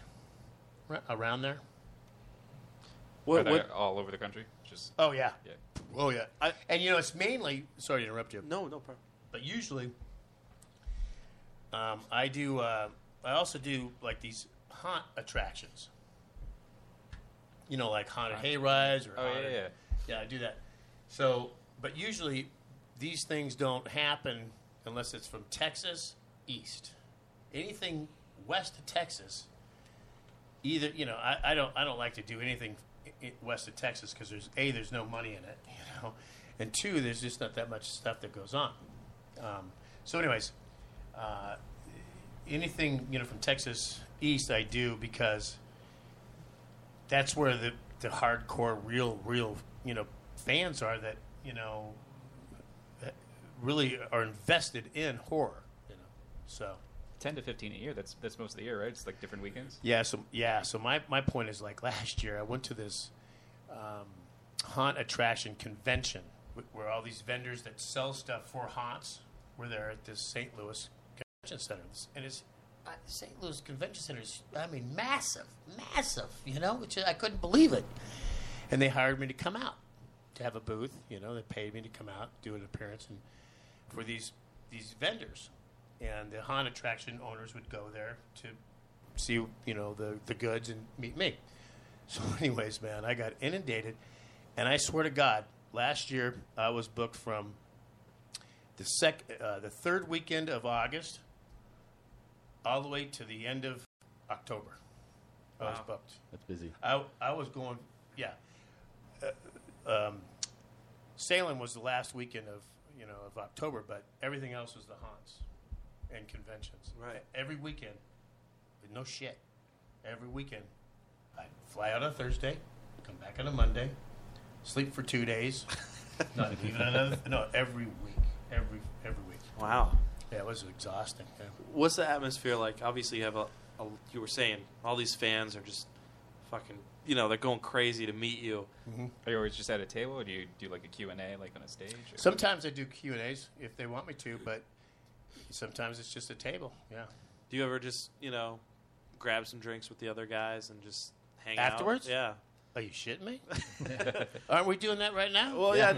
[SPEAKER 5] ra- around there.
[SPEAKER 6] Are
[SPEAKER 3] What?
[SPEAKER 6] they
[SPEAKER 3] what
[SPEAKER 6] all over the country? Just
[SPEAKER 5] Oh yeah,
[SPEAKER 6] yeah.
[SPEAKER 5] oh yeah.
[SPEAKER 3] I-
[SPEAKER 5] and you know, it's mainly. Sorry to interrupt you.
[SPEAKER 3] no, no problem.
[SPEAKER 5] but usually um, I do. Uh, I also do like these haunt attractions. You know, like haunted hay rides or
[SPEAKER 6] Oh, yeah,
[SPEAKER 5] haunted-
[SPEAKER 6] yeah.
[SPEAKER 5] yeah, I do that. So, but usually these things don't happen unless it's from Texas east. Anything west of Texas, either you know, I, I don't I don't like to do anything i- i- west of Texas because there's a there's no money in it, you know, and two there's just not that much stuff that goes on. Um, so, anyways, uh, anything you know from Texas east, I do because that's where the, the hardcore, real, real, you know, fans are that you know that really are invested in horror. You know, so
[SPEAKER 6] ten to fifteen a year. That's that's most of the year, right? It's like different weekends.
[SPEAKER 5] yeah, so yeah, so my my point is like last year I went to this um, haunt attraction convention wh- where all these vendors that sell stuff for Hots were there at this St. Louis Convention Center, It's- and it's uh, St. Louis Convention Center is I mean massive, massive. You know, which I couldn't believe it, and they hired me to come out to have a booth. You know, they paid me to come out do an appearance and for these these vendors, and the Hot attraction owners would go there to see you know the the goods and meet me. So, anyways, man, I got inundated, and I swear to God, last year I was booked from the sec uh, the third weekend of August all the way to the end of October. I was booked.
[SPEAKER 7] That's busy.
[SPEAKER 5] I, I was going, yeah. Uh, um, Salem was the last weekend of you know of October, but everything else was the haunts and conventions.
[SPEAKER 3] Right.
[SPEAKER 5] Every weekend, with no shit. Every weekend, I'd fly out on Thursday, come back on a Monday, sleep for two days, not even another. No, every week, every every week.
[SPEAKER 3] Wow.
[SPEAKER 5] Yeah, it was exhausting. Yeah.
[SPEAKER 3] What's the atmosphere like? Obviously, you have a, a. You were saying all these fans are just fucking. You know, they're going crazy to meet you.
[SPEAKER 6] Are you always just at a table, or do you do like a Q and A, like on a stage? Or?
[SPEAKER 5] Sometimes I do Q and A's if they want me to, but sometimes it's just a table. Yeah.
[SPEAKER 3] Do you ever just you know grab some drinks with the other guys and just hang
[SPEAKER 5] Afterwards?
[SPEAKER 3] out? Yeah.
[SPEAKER 5] Are you shitting me? Aren't we doing that right now?
[SPEAKER 3] Well, yeah.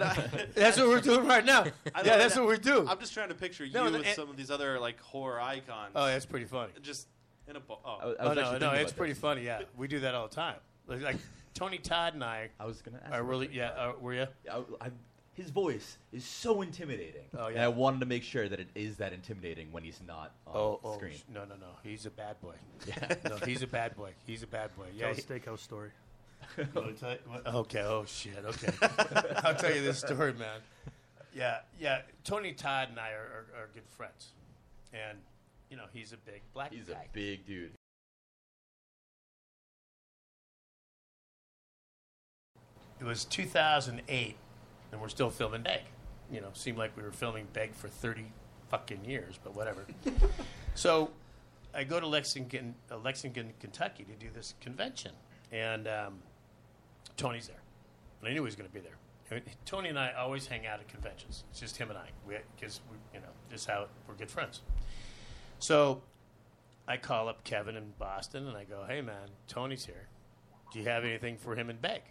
[SPEAKER 5] that's what we're doing right now.
[SPEAKER 3] I
[SPEAKER 5] yeah,
[SPEAKER 3] don't-
[SPEAKER 5] that's what we do.
[SPEAKER 3] I'm just trying to picture
[SPEAKER 5] No,
[SPEAKER 3] you
[SPEAKER 5] the-
[SPEAKER 3] with some of these other like horror icons.
[SPEAKER 5] oh, that's pretty funny.
[SPEAKER 3] Just in a. Bo- oh.
[SPEAKER 7] I, was- I
[SPEAKER 5] Oh
[SPEAKER 7] was
[SPEAKER 5] no,
[SPEAKER 7] actually
[SPEAKER 5] no,
[SPEAKER 7] thinking
[SPEAKER 5] it's
[SPEAKER 7] about
[SPEAKER 5] pretty
[SPEAKER 7] that.
[SPEAKER 5] funny. Yeah, we do that all the time. Like, like Tony Todd and I
[SPEAKER 7] I was gonna ask.
[SPEAKER 5] are
[SPEAKER 7] about
[SPEAKER 5] really
[SPEAKER 7] that.
[SPEAKER 5] yeah. Uh, were you?
[SPEAKER 7] I, I, his voice is so intimidating.
[SPEAKER 5] Oh,
[SPEAKER 7] And
[SPEAKER 5] yeah.
[SPEAKER 7] I wanted to make sure that it is that intimidating when he's not on screen.
[SPEAKER 5] Oh, sh- no, no, no. He's a bad boy. Yeah, no, he's a bad boy. He's a bad boy.
[SPEAKER 9] Tell a
[SPEAKER 5] Yeah.
[SPEAKER 9] steakhouse story.
[SPEAKER 5] he- Wanna tell you- what- okay. Oh shit. Okay. I'll tell you this story, man. Yeah, yeah. Tony Todd and I are, are, are good friends, and you know he's a big black
[SPEAKER 7] He's a
[SPEAKER 5] guy.
[SPEAKER 7] big dude.
[SPEAKER 5] it was 2008 and we're still filming Beg. You know, seemed like we were filming Beg for 30 fucking years, but whatever. so I go to Lexington, uh, Lexington, Kentucky to do this convention, and um, Tony's there. And I knew he was going to be there. I mean, Tony and I always hang out at conventions. It's just him and I, because we, you know, just how we're good friends. So I call up Kevin in Boston and I go, "Hey man, Tony's here. Do you have anything for him in Beg?"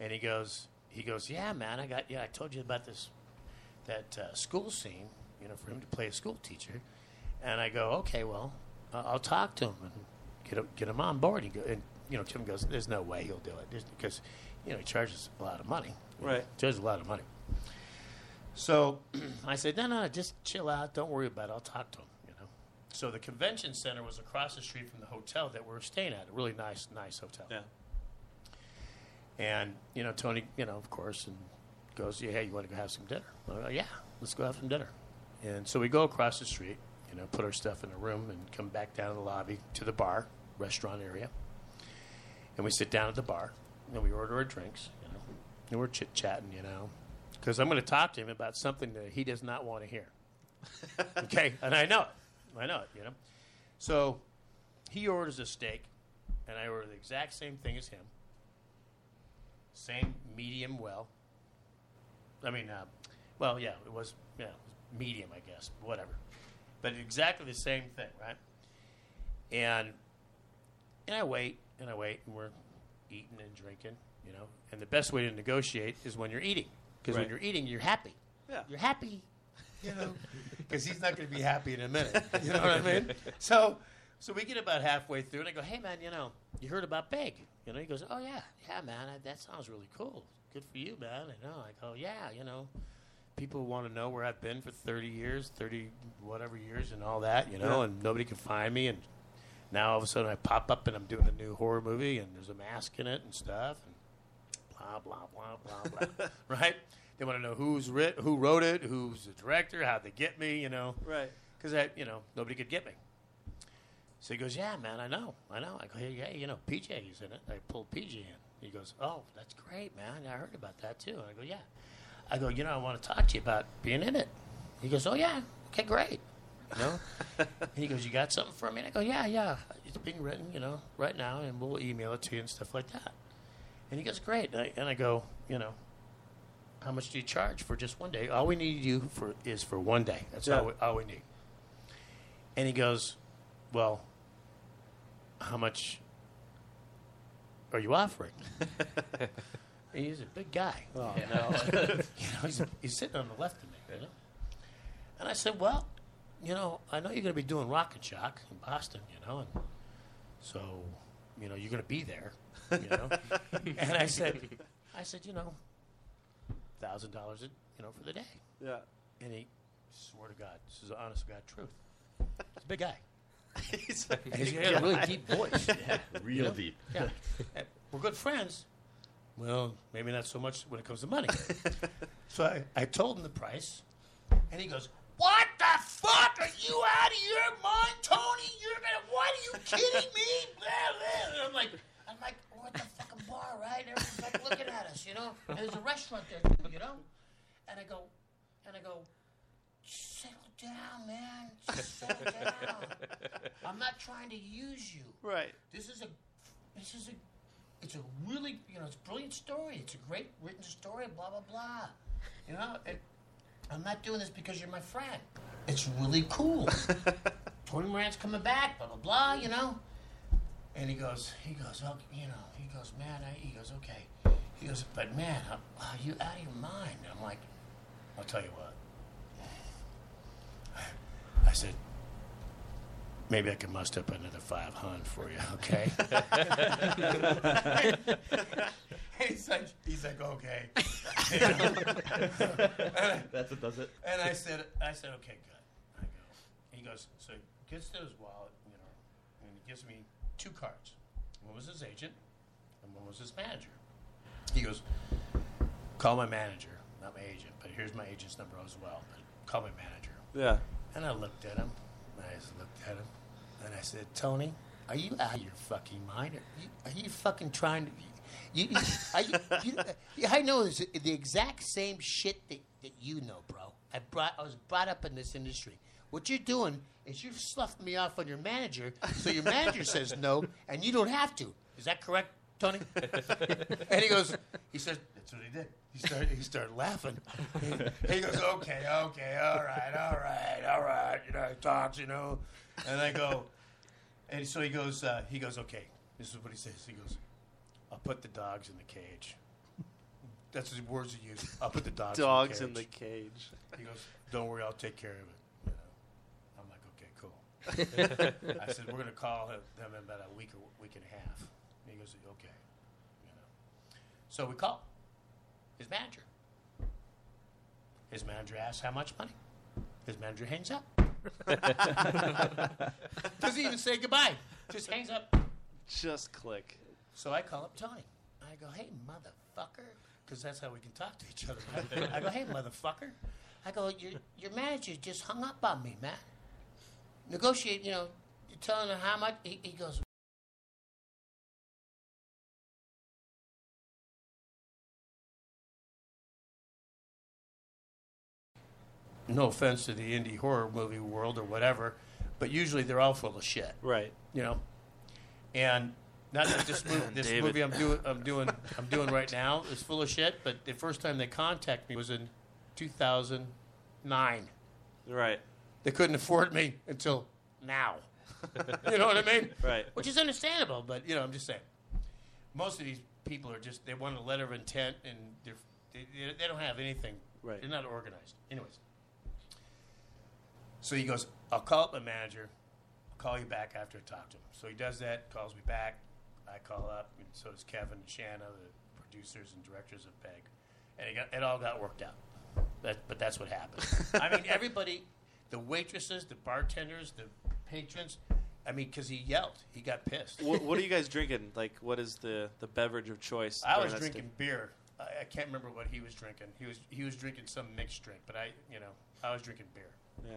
[SPEAKER 5] And he goes, he goes, yeah, man, I got, yeah, I told you about this, that uh, school scene, you know, for him to play a school teacher. And I go, okay, well, I- I'll talk to him and get him, get him on board. He go, and, you know, Tim goes, there's no way he'll do it just because, you know, he charges a lot of money.
[SPEAKER 3] Right.
[SPEAKER 5] He charges a lot of money. So I said, no, no, no, just chill out. Don't worry about it. I'll talk to him, you know. So the convention center was across the street from the hotel that we were staying at, a really nice, nice hotel.
[SPEAKER 3] Yeah.
[SPEAKER 5] And you know, Tony, you know, of course, and goes, "Yeah, hey, you want to go have some dinner?" I go, "Yeah, let's go have some dinner." And so we go across the street, you know, put our stuff in a room, and come back down to the lobby to the bar restaurant area, and we sit down at the bar, and we order our drinks, you know, and we're chit chatting, you know, because I'm going to talk to him about something that he does not want to hear. okay, and I know it, I know it, you know. So he orders a steak, and I order the exact same thing as him same medium well. I mean, uh, well, yeah, it was yeah, it was medium, I guess, whatever. But exactly the same thing, right? And and I wait and I wait, and we're eating and drinking, you know. And the best way to negotiate is when you're eating, because when
[SPEAKER 3] Right.
[SPEAKER 5] you're eating, you're happy.
[SPEAKER 3] Yeah.
[SPEAKER 5] you're happy, you know, because he's not going to be happy in a minute. You know what I mean? So, so we get about halfway through, and I go, "Hey, man, you know, you heard about Big?" You know, he goes, "Oh yeah, yeah, man, I, that sounds really cool. Good for you, man." I know. I go, "Yeah, you know." People want to know where I've been for 30 years, 30 whatever years, and all that, you know,
[SPEAKER 3] Yeah.
[SPEAKER 5] and nobody can find me. And now all of a sudden I pop up and I'm doing a new horror movie and there's a mask in it and stuff and blah blah blah blah blah. right? They want to know who's writ, who wrote it, who's the director, how they get me, you know,
[SPEAKER 3] Right.
[SPEAKER 5] because I, you know, nobody could get me. So he goes, yeah, man, I know, I know. I go, hey, yeah, you know, PJ's in it. I pulled PJ in. He goes, oh, that's great, man. I heard about that too. And I go, yeah. I go, you know, I want to talk to you about being in it. He goes, oh yeah, okay, great. You know, and he goes, "You got something for me?" And I go, "Yeah, yeah. It's being written, you know, right now, and we'll email it to you and stuff like that." And he goes, "Great." And I, and I go, "You know, How much do you charge for just one day? All we need you for is for one day. That's
[SPEAKER 3] Yeah.
[SPEAKER 5] all, we, all we need. And he goes, Well, how much are you offering? he's a big guy.
[SPEAKER 3] Oh,
[SPEAKER 5] you know, You know, he's, he's sitting on the left of me. You know? And I said, Well, you know, I know you're going to be doing Rocket Shock in Boston, you know, and so, you know, you're going to be there. You know? and I said, I said, You know, thousand dollars, you know, for the day.
[SPEAKER 3] Yeah.
[SPEAKER 5] And he, swear to God, this is the honest to God truth. He's a big guy.
[SPEAKER 3] He's like,
[SPEAKER 5] And he's got a really deep voice.
[SPEAKER 7] Real deep.
[SPEAKER 5] Yeah. And We're good friends. Well, maybe not so much when it comes to money. so I, I told him the price, and he goes, What the fuck? Are you out of your mind, Tony? You're gonna, what are you kidding me? Blah, blah. And I'm like, I'm like, we're at the fucking bar, right? Everyone's like looking at us, you know? And there's a restaurant there, too, you know? And I go, and I go, settle down, man. Settle down. I'm not trying to use you
[SPEAKER 3] right.
[SPEAKER 5] this is a this is a it's a really you know it's a brilliant story it's a great written story blah blah blah you know it, i'm not doing this because you're my friend it's really cool tony moran's coming back blah blah blah you know and he goes he goes oh you know he goes man I, he goes okay he goes but man are, are you out of your mind and i'm like i'll tell you what i said Maybe I can muster up another five hundred for you, okay? he's like, he's like, okay.
[SPEAKER 7] That's what does it.
[SPEAKER 5] And I said, I said, okay, good. I go. He goes, so he gets to his wallet, you know, and he gives me two cards. One was his agent, and one was his manager. He goes, call my manager, not my agent, but here's my agent's number as well. But call my manager.
[SPEAKER 3] Yeah.
[SPEAKER 5] And I looked at him. And I just looked at him. And I said, Tony, are you out of your fucking mind? Are you, are you fucking trying to. You, you, are you, you, yeah, I know this, the exact same shit that, that you know, bro. I, brought, I was brought up in this industry. What you're doing is you've sloughed me off on your manager, so your manager says no, and you don't have to. Is that correct, Tony? And he goes, he says, that's what he did. He started, he started laughing. He, he goes, okay, okay, all right, all right, all right. You know, he talks, you know. And I go, and so he goes, uh, he goes, okay. This is what he says. He goes, I'll put the dogs in the cage. That's the words he used. I'll put the dogs,
[SPEAKER 3] Dogs
[SPEAKER 5] in the cage.
[SPEAKER 3] in the cage.
[SPEAKER 5] He goes, "Don't worry, I'll take care of it." You know? I'm like, "Okay, cool." I said, "We're gonna call him them in about a week or week and a half." And he goes, "Okay." You know. So we call his manager. His manager asks how much money. His manager hangs up. Doesn't even say goodbye. Just hangs up.
[SPEAKER 3] Just click.
[SPEAKER 5] So I call up Tony. I go, hey, motherfucker. Because that's how we can talk to each other. right? I go, hey, motherfucker. I go, your, your manager just hung up on me, man. Negotiate, you know, you're telling him how much. He, he goes, No offense to the indie horror movie world or whatever, but usually they're all full of shit
[SPEAKER 3] Right.
[SPEAKER 5] you know. And not that this movie, this
[SPEAKER 3] David.
[SPEAKER 5] movie I'm doing, I'm doing, I'm doing right now is full of shit. But the first time they contacted me was in 2009.
[SPEAKER 3] Right.
[SPEAKER 5] They couldn't afford me until now. you know what I mean?
[SPEAKER 3] Right.
[SPEAKER 5] Which is understandable, but you know, I'm just saying. Most of these people are just they want a letter of intent and they're, they they- they don't have anything.
[SPEAKER 3] Right.
[SPEAKER 5] They're not organized. Anyways. So he goes, I'll call up my manager. I'll call you back after I talk to him. So he does that, calls me back. I call up, and so does Kevin and Shanna, the producers and directors of Peg. And it, got, it all got worked out. That, but that's what happened. I mean, everybody, the waitresses, the bartenders, the patrons, I mean, because he yelled. He got pissed.
[SPEAKER 3] what, what are you guys drinking? Like, what is the, the beverage of choice?
[SPEAKER 5] I
[SPEAKER 3] during
[SPEAKER 5] was
[SPEAKER 3] that
[SPEAKER 5] drinking
[SPEAKER 3] stint?
[SPEAKER 5] beer. I, I can't remember what he was drinking. He was he was drinking some mixed drink, but I you know I was drinking beer.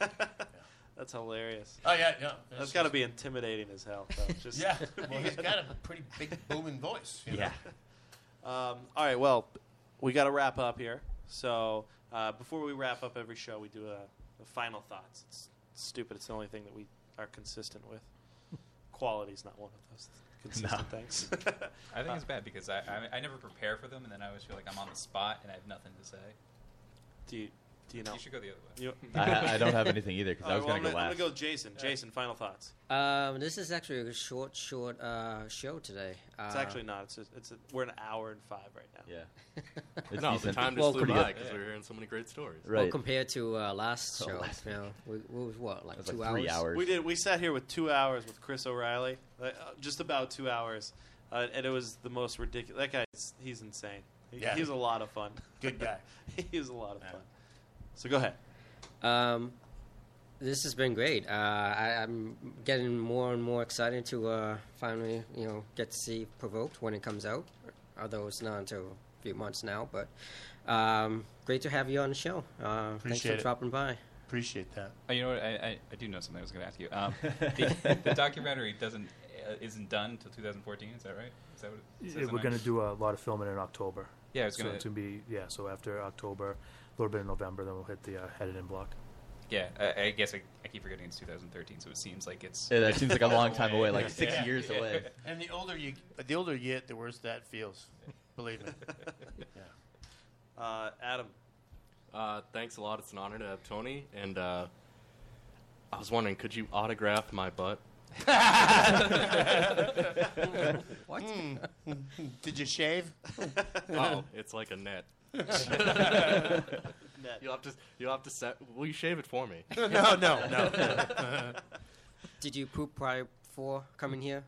[SPEAKER 3] Yeah. That's hilarious.
[SPEAKER 5] Oh yeah, no,
[SPEAKER 3] That's got to be intimidating as hell. Though. Just,
[SPEAKER 5] yeah. Well, he's got a pretty big booming voice. You know?
[SPEAKER 3] Um, all right. Well, we got to wrap up here. So uh, before we wrap up every show, we do a, a final thoughts. It's stupid. It's the only thing that we are consistent with. quality's not one of those consistent things.
[SPEAKER 6] I think it's bad because I, I I never prepare for them, and then I always feel like I'm on the spot and I have nothing to say.
[SPEAKER 3] do you do you know?
[SPEAKER 6] You should go the other way.
[SPEAKER 3] You-
[SPEAKER 7] I, I don't have anything either because I
[SPEAKER 3] All
[SPEAKER 7] was
[SPEAKER 3] right, well,
[SPEAKER 7] going to go
[SPEAKER 3] I'm gonna- I'm
[SPEAKER 7] last.
[SPEAKER 3] gonna go Jason. Jason, final thoughts.
[SPEAKER 8] Um, this is actually a short, short uh, show today. Uh,
[SPEAKER 3] It's actually not. It's just, it's a, we're an hour and five right now.
[SPEAKER 7] Yeah. It's
[SPEAKER 4] no, the
[SPEAKER 7] decent.
[SPEAKER 4] time just
[SPEAKER 7] Well,
[SPEAKER 4] flew
[SPEAKER 7] pretty
[SPEAKER 4] by
[SPEAKER 7] good.
[SPEAKER 4] because we were hearing so many great stories.
[SPEAKER 8] well,
[SPEAKER 7] Right.
[SPEAKER 8] compared to uh, last
[SPEAKER 7] Oh,
[SPEAKER 8] show,
[SPEAKER 7] last
[SPEAKER 8] you know, we, we was what like
[SPEAKER 7] It was
[SPEAKER 8] two
[SPEAKER 7] like three hours.
[SPEAKER 3] We did. We sat here with two hours with Chris O'Reilly, uh, uh, just about two hours, uh, and it was the most ridiculous. That guy's he's insane. He,
[SPEAKER 5] Yeah.
[SPEAKER 3] He's a lot of fun.
[SPEAKER 5] Good guy.
[SPEAKER 3] he's a lot of
[SPEAKER 5] Yeah.
[SPEAKER 3] fun. So go ahead.
[SPEAKER 8] Um, this has been great. Uh, I, I'm getting more and more excited to uh, finally, you know, get to see Provoked when it comes out. Although it's not until a few months now, but um, great to have you on the show. Uh, thanks for
[SPEAKER 5] Appreciate it.
[SPEAKER 8] dropping by.
[SPEAKER 5] Appreciate that.
[SPEAKER 6] Oh, you know what? I, I, I do know something. I was going to ask you. Um, the, the documentary doesn't uh, isn't done until 2014. Is that right? Is that what it says
[SPEAKER 9] Yeah,
[SPEAKER 6] on
[SPEAKER 9] we're
[SPEAKER 6] it?
[SPEAKER 9] going to do a lot of filming in October.
[SPEAKER 6] Yeah, it's
[SPEAKER 9] so
[SPEAKER 6] gonna-
[SPEAKER 9] it's gonna be yeah. So after October, a little bit in November, then we'll hit the uh, editing block.
[SPEAKER 6] Yeah, I, I guess I, I keep forgetting it's 2013, so it seems like it's.
[SPEAKER 7] Yeah, that seems like a long time away, like
[SPEAKER 6] Yeah.
[SPEAKER 7] six
[SPEAKER 6] Yeah.
[SPEAKER 7] years
[SPEAKER 6] Yeah.
[SPEAKER 7] away.
[SPEAKER 5] And the older you, the older you get, the worse that feels. Believe me. yeah.
[SPEAKER 3] Uh, Adam,
[SPEAKER 4] Uh, thanks a lot. It's an honor to have Tony. And uh, I was wondering, could you autograph my butt?
[SPEAKER 3] Hmm.
[SPEAKER 5] Did you shave?
[SPEAKER 4] Oh, it's like a net.
[SPEAKER 3] Ned.
[SPEAKER 4] You'll have to. You'll have to set. Will you shave it for me?
[SPEAKER 5] no, no, no.
[SPEAKER 8] Did you poop prior before coming here?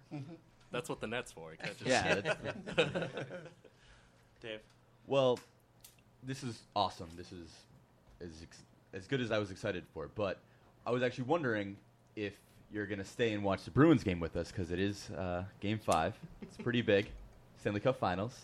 [SPEAKER 4] That's what the net's for. It catches.
[SPEAKER 7] Yeah. that's-
[SPEAKER 3] Dave.
[SPEAKER 7] Well, this is awesome. This is as ex- as good as I was excited for. But I was actually wondering if you're gonna stay and watch the Bruins game with us because it is uh, Game Five. It's pretty big. Stanley Cup Finals.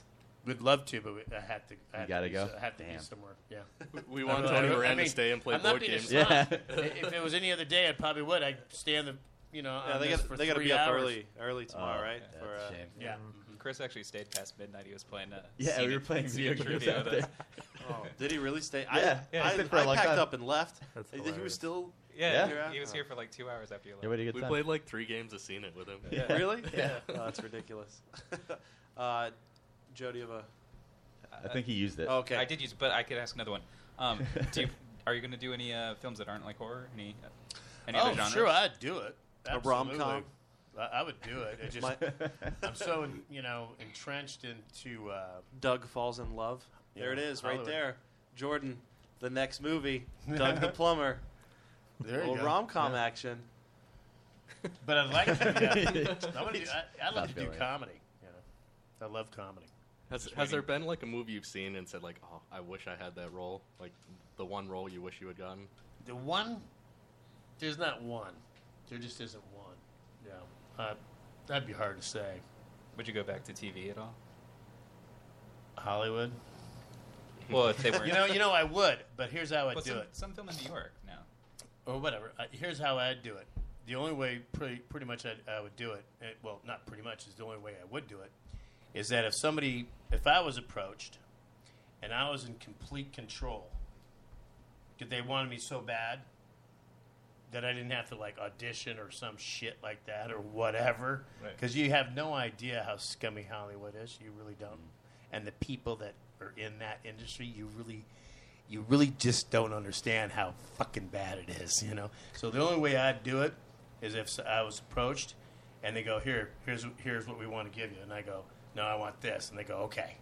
[SPEAKER 5] Would love to, but we, I have to. I have
[SPEAKER 7] gotta
[SPEAKER 5] to be,
[SPEAKER 7] go?
[SPEAKER 5] so- I have to be
[SPEAKER 7] Damn.
[SPEAKER 5] somewhere. Yeah.
[SPEAKER 4] We want
[SPEAKER 5] I-
[SPEAKER 4] Tony
[SPEAKER 5] I- I
[SPEAKER 4] Moran
[SPEAKER 5] mean,
[SPEAKER 4] to stay and play
[SPEAKER 5] I'm not
[SPEAKER 4] board
[SPEAKER 5] being
[SPEAKER 4] games.
[SPEAKER 5] dishonest.
[SPEAKER 7] Yeah.
[SPEAKER 5] if it was any other day, I probably would. I'd stay in the, you know,
[SPEAKER 3] Yeah,
[SPEAKER 5] on
[SPEAKER 3] they
[SPEAKER 5] this
[SPEAKER 3] got
[SPEAKER 5] for
[SPEAKER 3] they got to
[SPEAKER 5] three
[SPEAKER 3] be up
[SPEAKER 5] hours.
[SPEAKER 3] early early tomorrow,
[SPEAKER 7] Oh,
[SPEAKER 3] right?
[SPEAKER 7] That's
[SPEAKER 3] For,
[SPEAKER 7] a
[SPEAKER 3] uh,
[SPEAKER 7] shame.
[SPEAKER 5] Yeah.
[SPEAKER 6] Chris actually stayed past midnight. He was playing. Uh,
[SPEAKER 7] Yeah, we
[SPEAKER 6] Scenic-
[SPEAKER 7] were playing video
[SPEAKER 6] Scenic
[SPEAKER 7] games
[SPEAKER 6] Trivia
[SPEAKER 7] out
[SPEAKER 6] with
[SPEAKER 7] there.
[SPEAKER 6] us.
[SPEAKER 3] Oh, did he really stay?
[SPEAKER 7] Yeah,
[SPEAKER 3] I,
[SPEAKER 7] yeah,
[SPEAKER 3] I,
[SPEAKER 7] he's been for a
[SPEAKER 3] I
[SPEAKER 7] long
[SPEAKER 3] packed
[SPEAKER 7] time.
[SPEAKER 3] up and left.
[SPEAKER 9] That's
[SPEAKER 3] he was
[SPEAKER 9] hilarious.
[SPEAKER 3] still
[SPEAKER 6] Yeah,
[SPEAKER 3] Yeah.
[SPEAKER 6] he was here for like two hours after you left.
[SPEAKER 7] Yeah, we had a good
[SPEAKER 4] We
[SPEAKER 7] time.
[SPEAKER 4] played like three games of Scenic with him.
[SPEAKER 7] Yeah.
[SPEAKER 3] really? Yeah, oh, that's ridiculous. uh, Joe, do you have a?
[SPEAKER 7] I think he used it.
[SPEAKER 3] Oh, okay,
[SPEAKER 6] I did use, but I could ask another one. Um, do you, are you going to do any uh, films that aren't like horror? Any, uh, any
[SPEAKER 5] oh,
[SPEAKER 6] other genres?
[SPEAKER 5] sure, I'd do it.
[SPEAKER 3] A rom-com?
[SPEAKER 5] Absolutely. I, I would do it. It just,
[SPEAKER 3] My-
[SPEAKER 5] I'm so you know entrenched into. Uh,
[SPEAKER 3] Doug falls in love. there
[SPEAKER 5] Yeah,
[SPEAKER 3] it is, right
[SPEAKER 5] Hollywood.
[SPEAKER 3] there. Jordan, the next movie, Doug the plumber.
[SPEAKER 5] there
[SPEAKER 3] Little rom com action.
[SPEAKER 5] But I'd like to. do that. I'm gonna do, I, I
[SPEAKER 7] Not
[SPEAKER 5] love to do
[SPEAKER 7] feeling it.
[SPEAKER 5] comedy. You know, I love comedy.
[SPEAKER 4] Has, has there been like a movie you've seen and said like, oh, I wish I had that role, like the one role you wish you had gotten?
[SPEAKER 5] The one, there's not one. There just isn't one. Yeah, uh, that'd be hard to say.
[SPEAKER 6] Would you go back to TV at all?
[SPEAKER 5] Hollywood.
[SPEAKER 6] Well, if they weren't.
[SPEAKER 5] You know, you know, I would. But here's how I'd
[SPEAKER 6] well,
[SPEAKER 5] do
[SPEAKER 6] some,
[SPEAKER 5] it.
[SPEAKER 6] some film in New York now.
[SPEAKER 5] or whatever. I, here's how I'd do it. The only way, pretty, pretty much, I'd, I would do it, eh, Well, not pretty much is the only way I would do it. Is that if somebody, if I was approached, and I was in complete control, did they wanted me so bad that I didn't have to like audition or some shit like that or whatever?
[SPEAKER 6] Right.
[SPEAKER 5] Because you have no idea how scummy Hollywood is. You really don't. And the people that are in that industry, you really you really just don't understand how fucking bad it is, you know. So the only way I'd do it is if I was approached, and they go, "Here, here's here's what we want to give you," and I go, "No, I want this," and they go, "Okay,"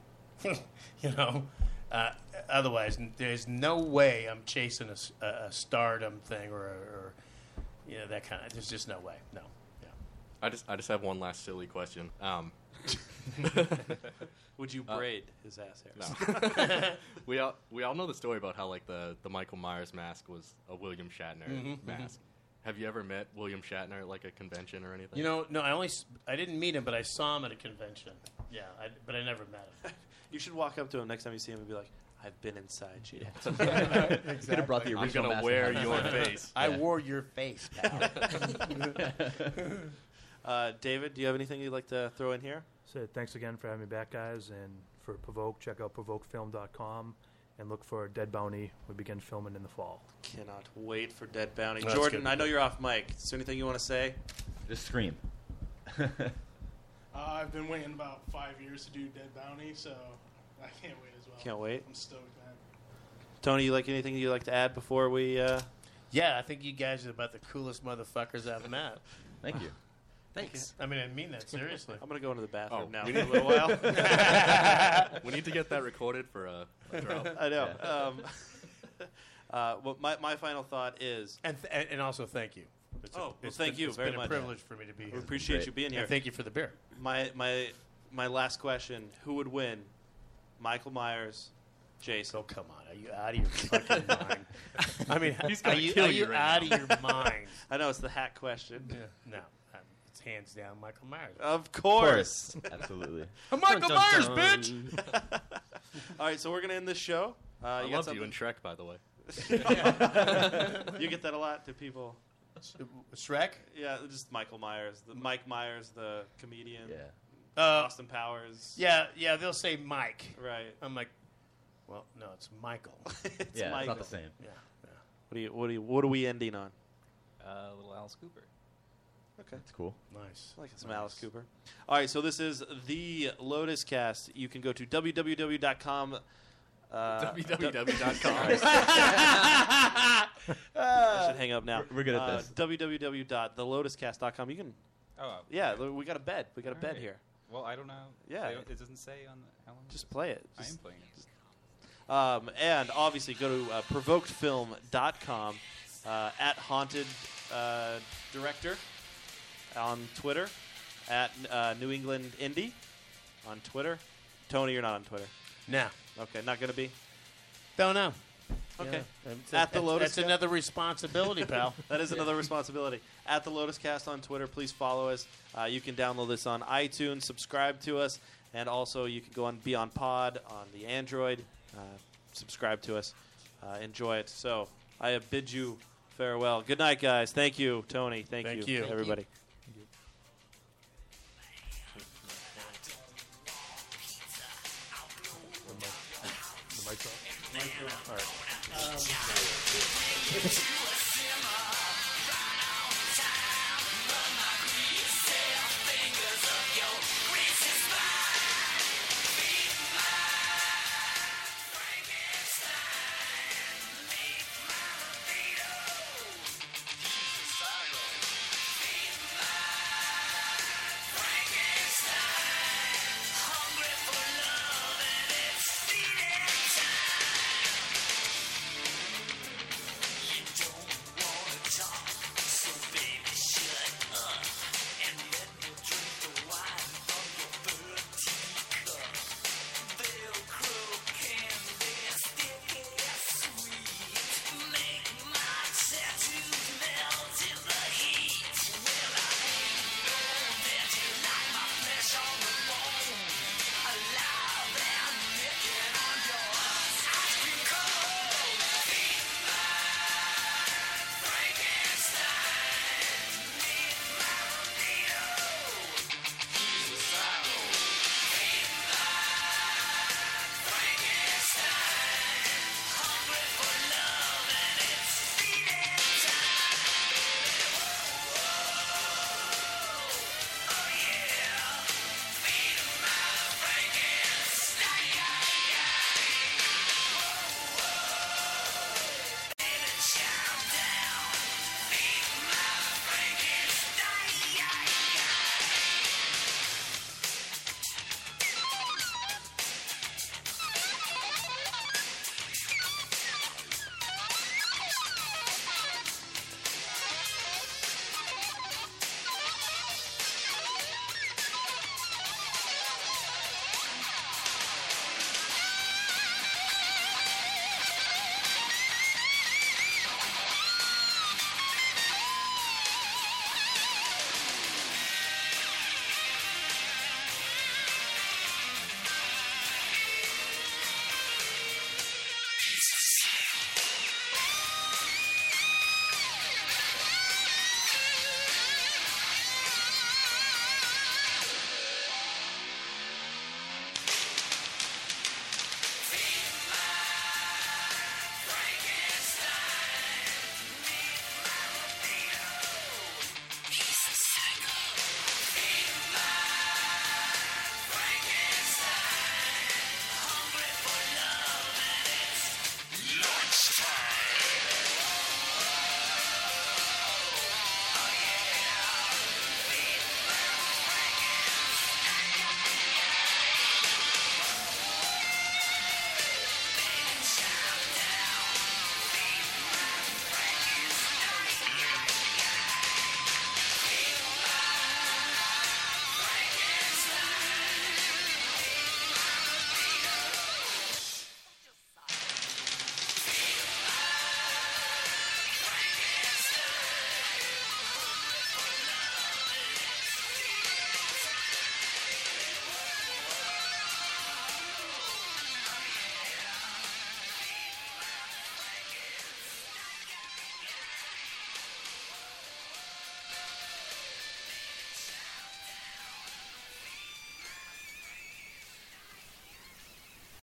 [SPEAKER 5] you know. Uh, otherwise, n- there's no way I'm chasing a, s- a- a stardom thing or, or you know that kind. of There's just no way. No. Yeah.
[SPEAKER 4] I just I just have one last silly question. Um,
[SPEAKER 3] Would
[SPEAKER 5] Uh,
[SPEAKER 3] you braid his ass hair?
[SPEAKER 4] we all we all know the story about how like the the Michael Myers mask was a William Shatner
[SPEAKER 5] Mm-hmm,
[SPEAKER 4] mask. Have you ever met William Shatner at like a convention or anything?
[SPEAKER 5] You know, no, I only s- I didn't meet him, but I saw him at a convention. Yeah, I, but I never met him.
[SPEAKER 3] You should walk up to him next time you see him and be like, I've been inside you.
[SPEAKER 7] You could have brought the
[SPEAKER 4] I'm
[SPEAKER 7] original
[SPEAKER 4] gonna
[SPEAKER 7] mask
[SPEAKER 4] wear
[SPEAKER 7] and had
[SPEAKER 4] your
[SPEAKER 7] it.
[SPEAKER 4] face.
[SPEAKER 5] I wore your face, pal.
[SPEAKER 3] Uh, David, do you have anything you'd like to throw in here?
[SPEAKER 9] So thanks again for having me back, guys, and for Provoke. Check out provokefilm.com and look for Dead Bounty. We begin filming in the fall.
[SPEAKER 3] Cannot wait for Dead Bounty.
[SPEAKER 5] That's
[SPEAKER 3] Jordan,
[SPEAKER 5] good.
[SPEAKER 3] I know you're off mic. Is there anything you want to say?
[SPEAKER 7] Just scream.
[SPEAKER 10] Uh, I've been waiting about five years to do Dead Bounty, so I can't wait as well.
[SPEAKER 3] Can't wait.
[SPEAKER 10] I'm stoked, man.
[SPEAKER 3] Tony, you like anything you'd like to add before we? Uh,
[SPEAKER 5] Yeah, I think you guys are about the coolest motherfuckers I've met.
[SPEAKER 7] Thank you.
[SPEAKER 8] Thanks.
[SPEAKER 5] I mean, I mean that seriously.
[SPEAKER 3] I'm gonna go into the bathroom now.
[SPEAKER 4] Oh, we need a little while. we need to get that recorded for a, a drop.
[SPEAKER 3] I know. Um, uh, well, my my final thought is
[SPEAKER 5] And, th- and- and also, thank you. It's
[SPEAKER 3] Oh, well,
[SPEAKER 5] it's
[SPEAKER 3] thank
[SPEAKER 5] been-
[SPEAKER 3] you
[SPEAKER 5] it's
[SPEAKER 3] very
[SPEAKER 5] been a
[SPEAKER 3] much.
[SPEAKER 5] privilege for me to be here.
[SPEAKER 3] we appreciate
[SPEAKER 7] Great.
[SPEAKER 3] you being here.
[SPEAKER 5] And thank you for the beer.
[SPEAKER 3] my my my last question: Who would win, Michael Myers, Jason?
[SPEAKER 5] So come on, are you out of your fucking mind? I mean,
[SPEAKER 4] He's
[SPEAKER 5] are
[SPEAKER 4] gonna
[SPEAKER 5] you,
[SPEAKER 4] kill
[SPEAKER 5] are
[SPEAKER 4] you
[SPEAKER 5] you
[SPEAKER 4] right
[SPEAKER 5] out
[SPEAKER 4] now.
[SPEAKER 5] of your mind?
[SPEAKER 3] I know it's the hat question.
[SPEAKER 5] No, um, it's hands down Michael Myers.
[SPEAKER 3] Of course.
[SPEAKER 7] Absolutely.
[SPEAKER 5] Michael Myers, bitch.
[SPEAKER 3] All right, so we're gonna end this show. Uh,
[SPEAKER 4] I
[SPEAKER 3] you
[SPEAKER 4] love
[SPEAKER 3] got
[SPEAKER 4] you
[SPEAKER 3] something-
[SPEAKER 4] and Shrek, by the way.
[SPEAKER 3] you get that a lot to people.
[SPEAKER 5] Shrek.
[SPEAKER 3] Yeah, just Michael Myers, the Mike Myers, the comedian.
[SPEAKER 7] Yeah.
[SPEAKER 5] Uh,
[SPEAKER 3] Austin Powers.
[SPEAKER 5] yeah, yeah. They'll say Mike.
[SPEAKER 3] Right.
[SPEAKER 5] I'm like, well, no, it's Michael.
[SPEAKER 3] it's
[SPEAKER 7] yeah. It's
[SPEAKER 3] Michael.
[SPEAKER 7] not the same.
[SPEAKER 5] Yeah.
[SPEAKER 3] What do you? What do you? What are we ending on?
[SPEAKER 6] Uh, little Alice Cooper.
[SPEAKER 7] It's cool.
[SPEAKER 5] Nice.
[SPEAKER 3] I like some Alice Cooper. All right, so this is the Lotus Cast. You can go to www.com. Uh,
[SPEAKER 4] www.com.
[SPEAKER 3] I should hang up now.
[SPEAKER 7] We're- we're good at
[SPEAKER 3] uh,
[SPEAKER 7] this.
[SPEAKER 3] www.thelotuscast.com. You can,
[SPEAKER 6] Oh,
[SPEAKER 3] yeah, we got a bed. We got a
[SPEAKER 6] All
[SPEAKER 3] bed
[SPEAKER 6] right.
[SPEAKER 3] here.
[SPEAKER 6] well, I don't know.
[SPEAKER 3] Yeah.
[SPEAKER 6] They don't- it doesn't say on the, how long. is
[SPEAKER 3] Just
[SPEAKER 6] it?
[SPEAKER 3] play it.
[SPEAKER 6] I am
[SPEAKER 3] Just-
[SPEAKER 6] playing it.
[SPEAKER 3] um, and obviously, go to uh, provokedfilm.com uh, at haunted uh, director on Twitter, at uh, New England Indie on Twitter. Tony, you're not on Twitter.
[SPEAKER 5] Now,
[SPEAKER 3] Okay, not going to be?
[SPEAKER 5] don't know.
[SPEAKER 3] Okay.
[SPEAKER 5] Yeah. That's-
[SPEAKER 3] At the
[SPEAKER 5] that's-
[SPEAKER 3] Lotus
[SPEAKER 5] That's
[SPEAKER 3] Ca-
[SPEAKER 5] another responsibility, pal.
[SPEAKER 3] That is another responsibility. At the Lotus Cast on Twitter, please follow us. Uh, you can download this on iTunes, subscribe to us, and also you can go on Beyond Pod on the Android, uh, subscribe to us, uh, enjoy it. So I bid you farewell. Good night, guys. Thank you, Tony. Thank,
[SPEAKER 5] Thank
[SPEAKER 3] you,
[SPEAKER 5] you. Thank
[SPEAKER 3] everybody.
[SPEAKER 9] The mic's off.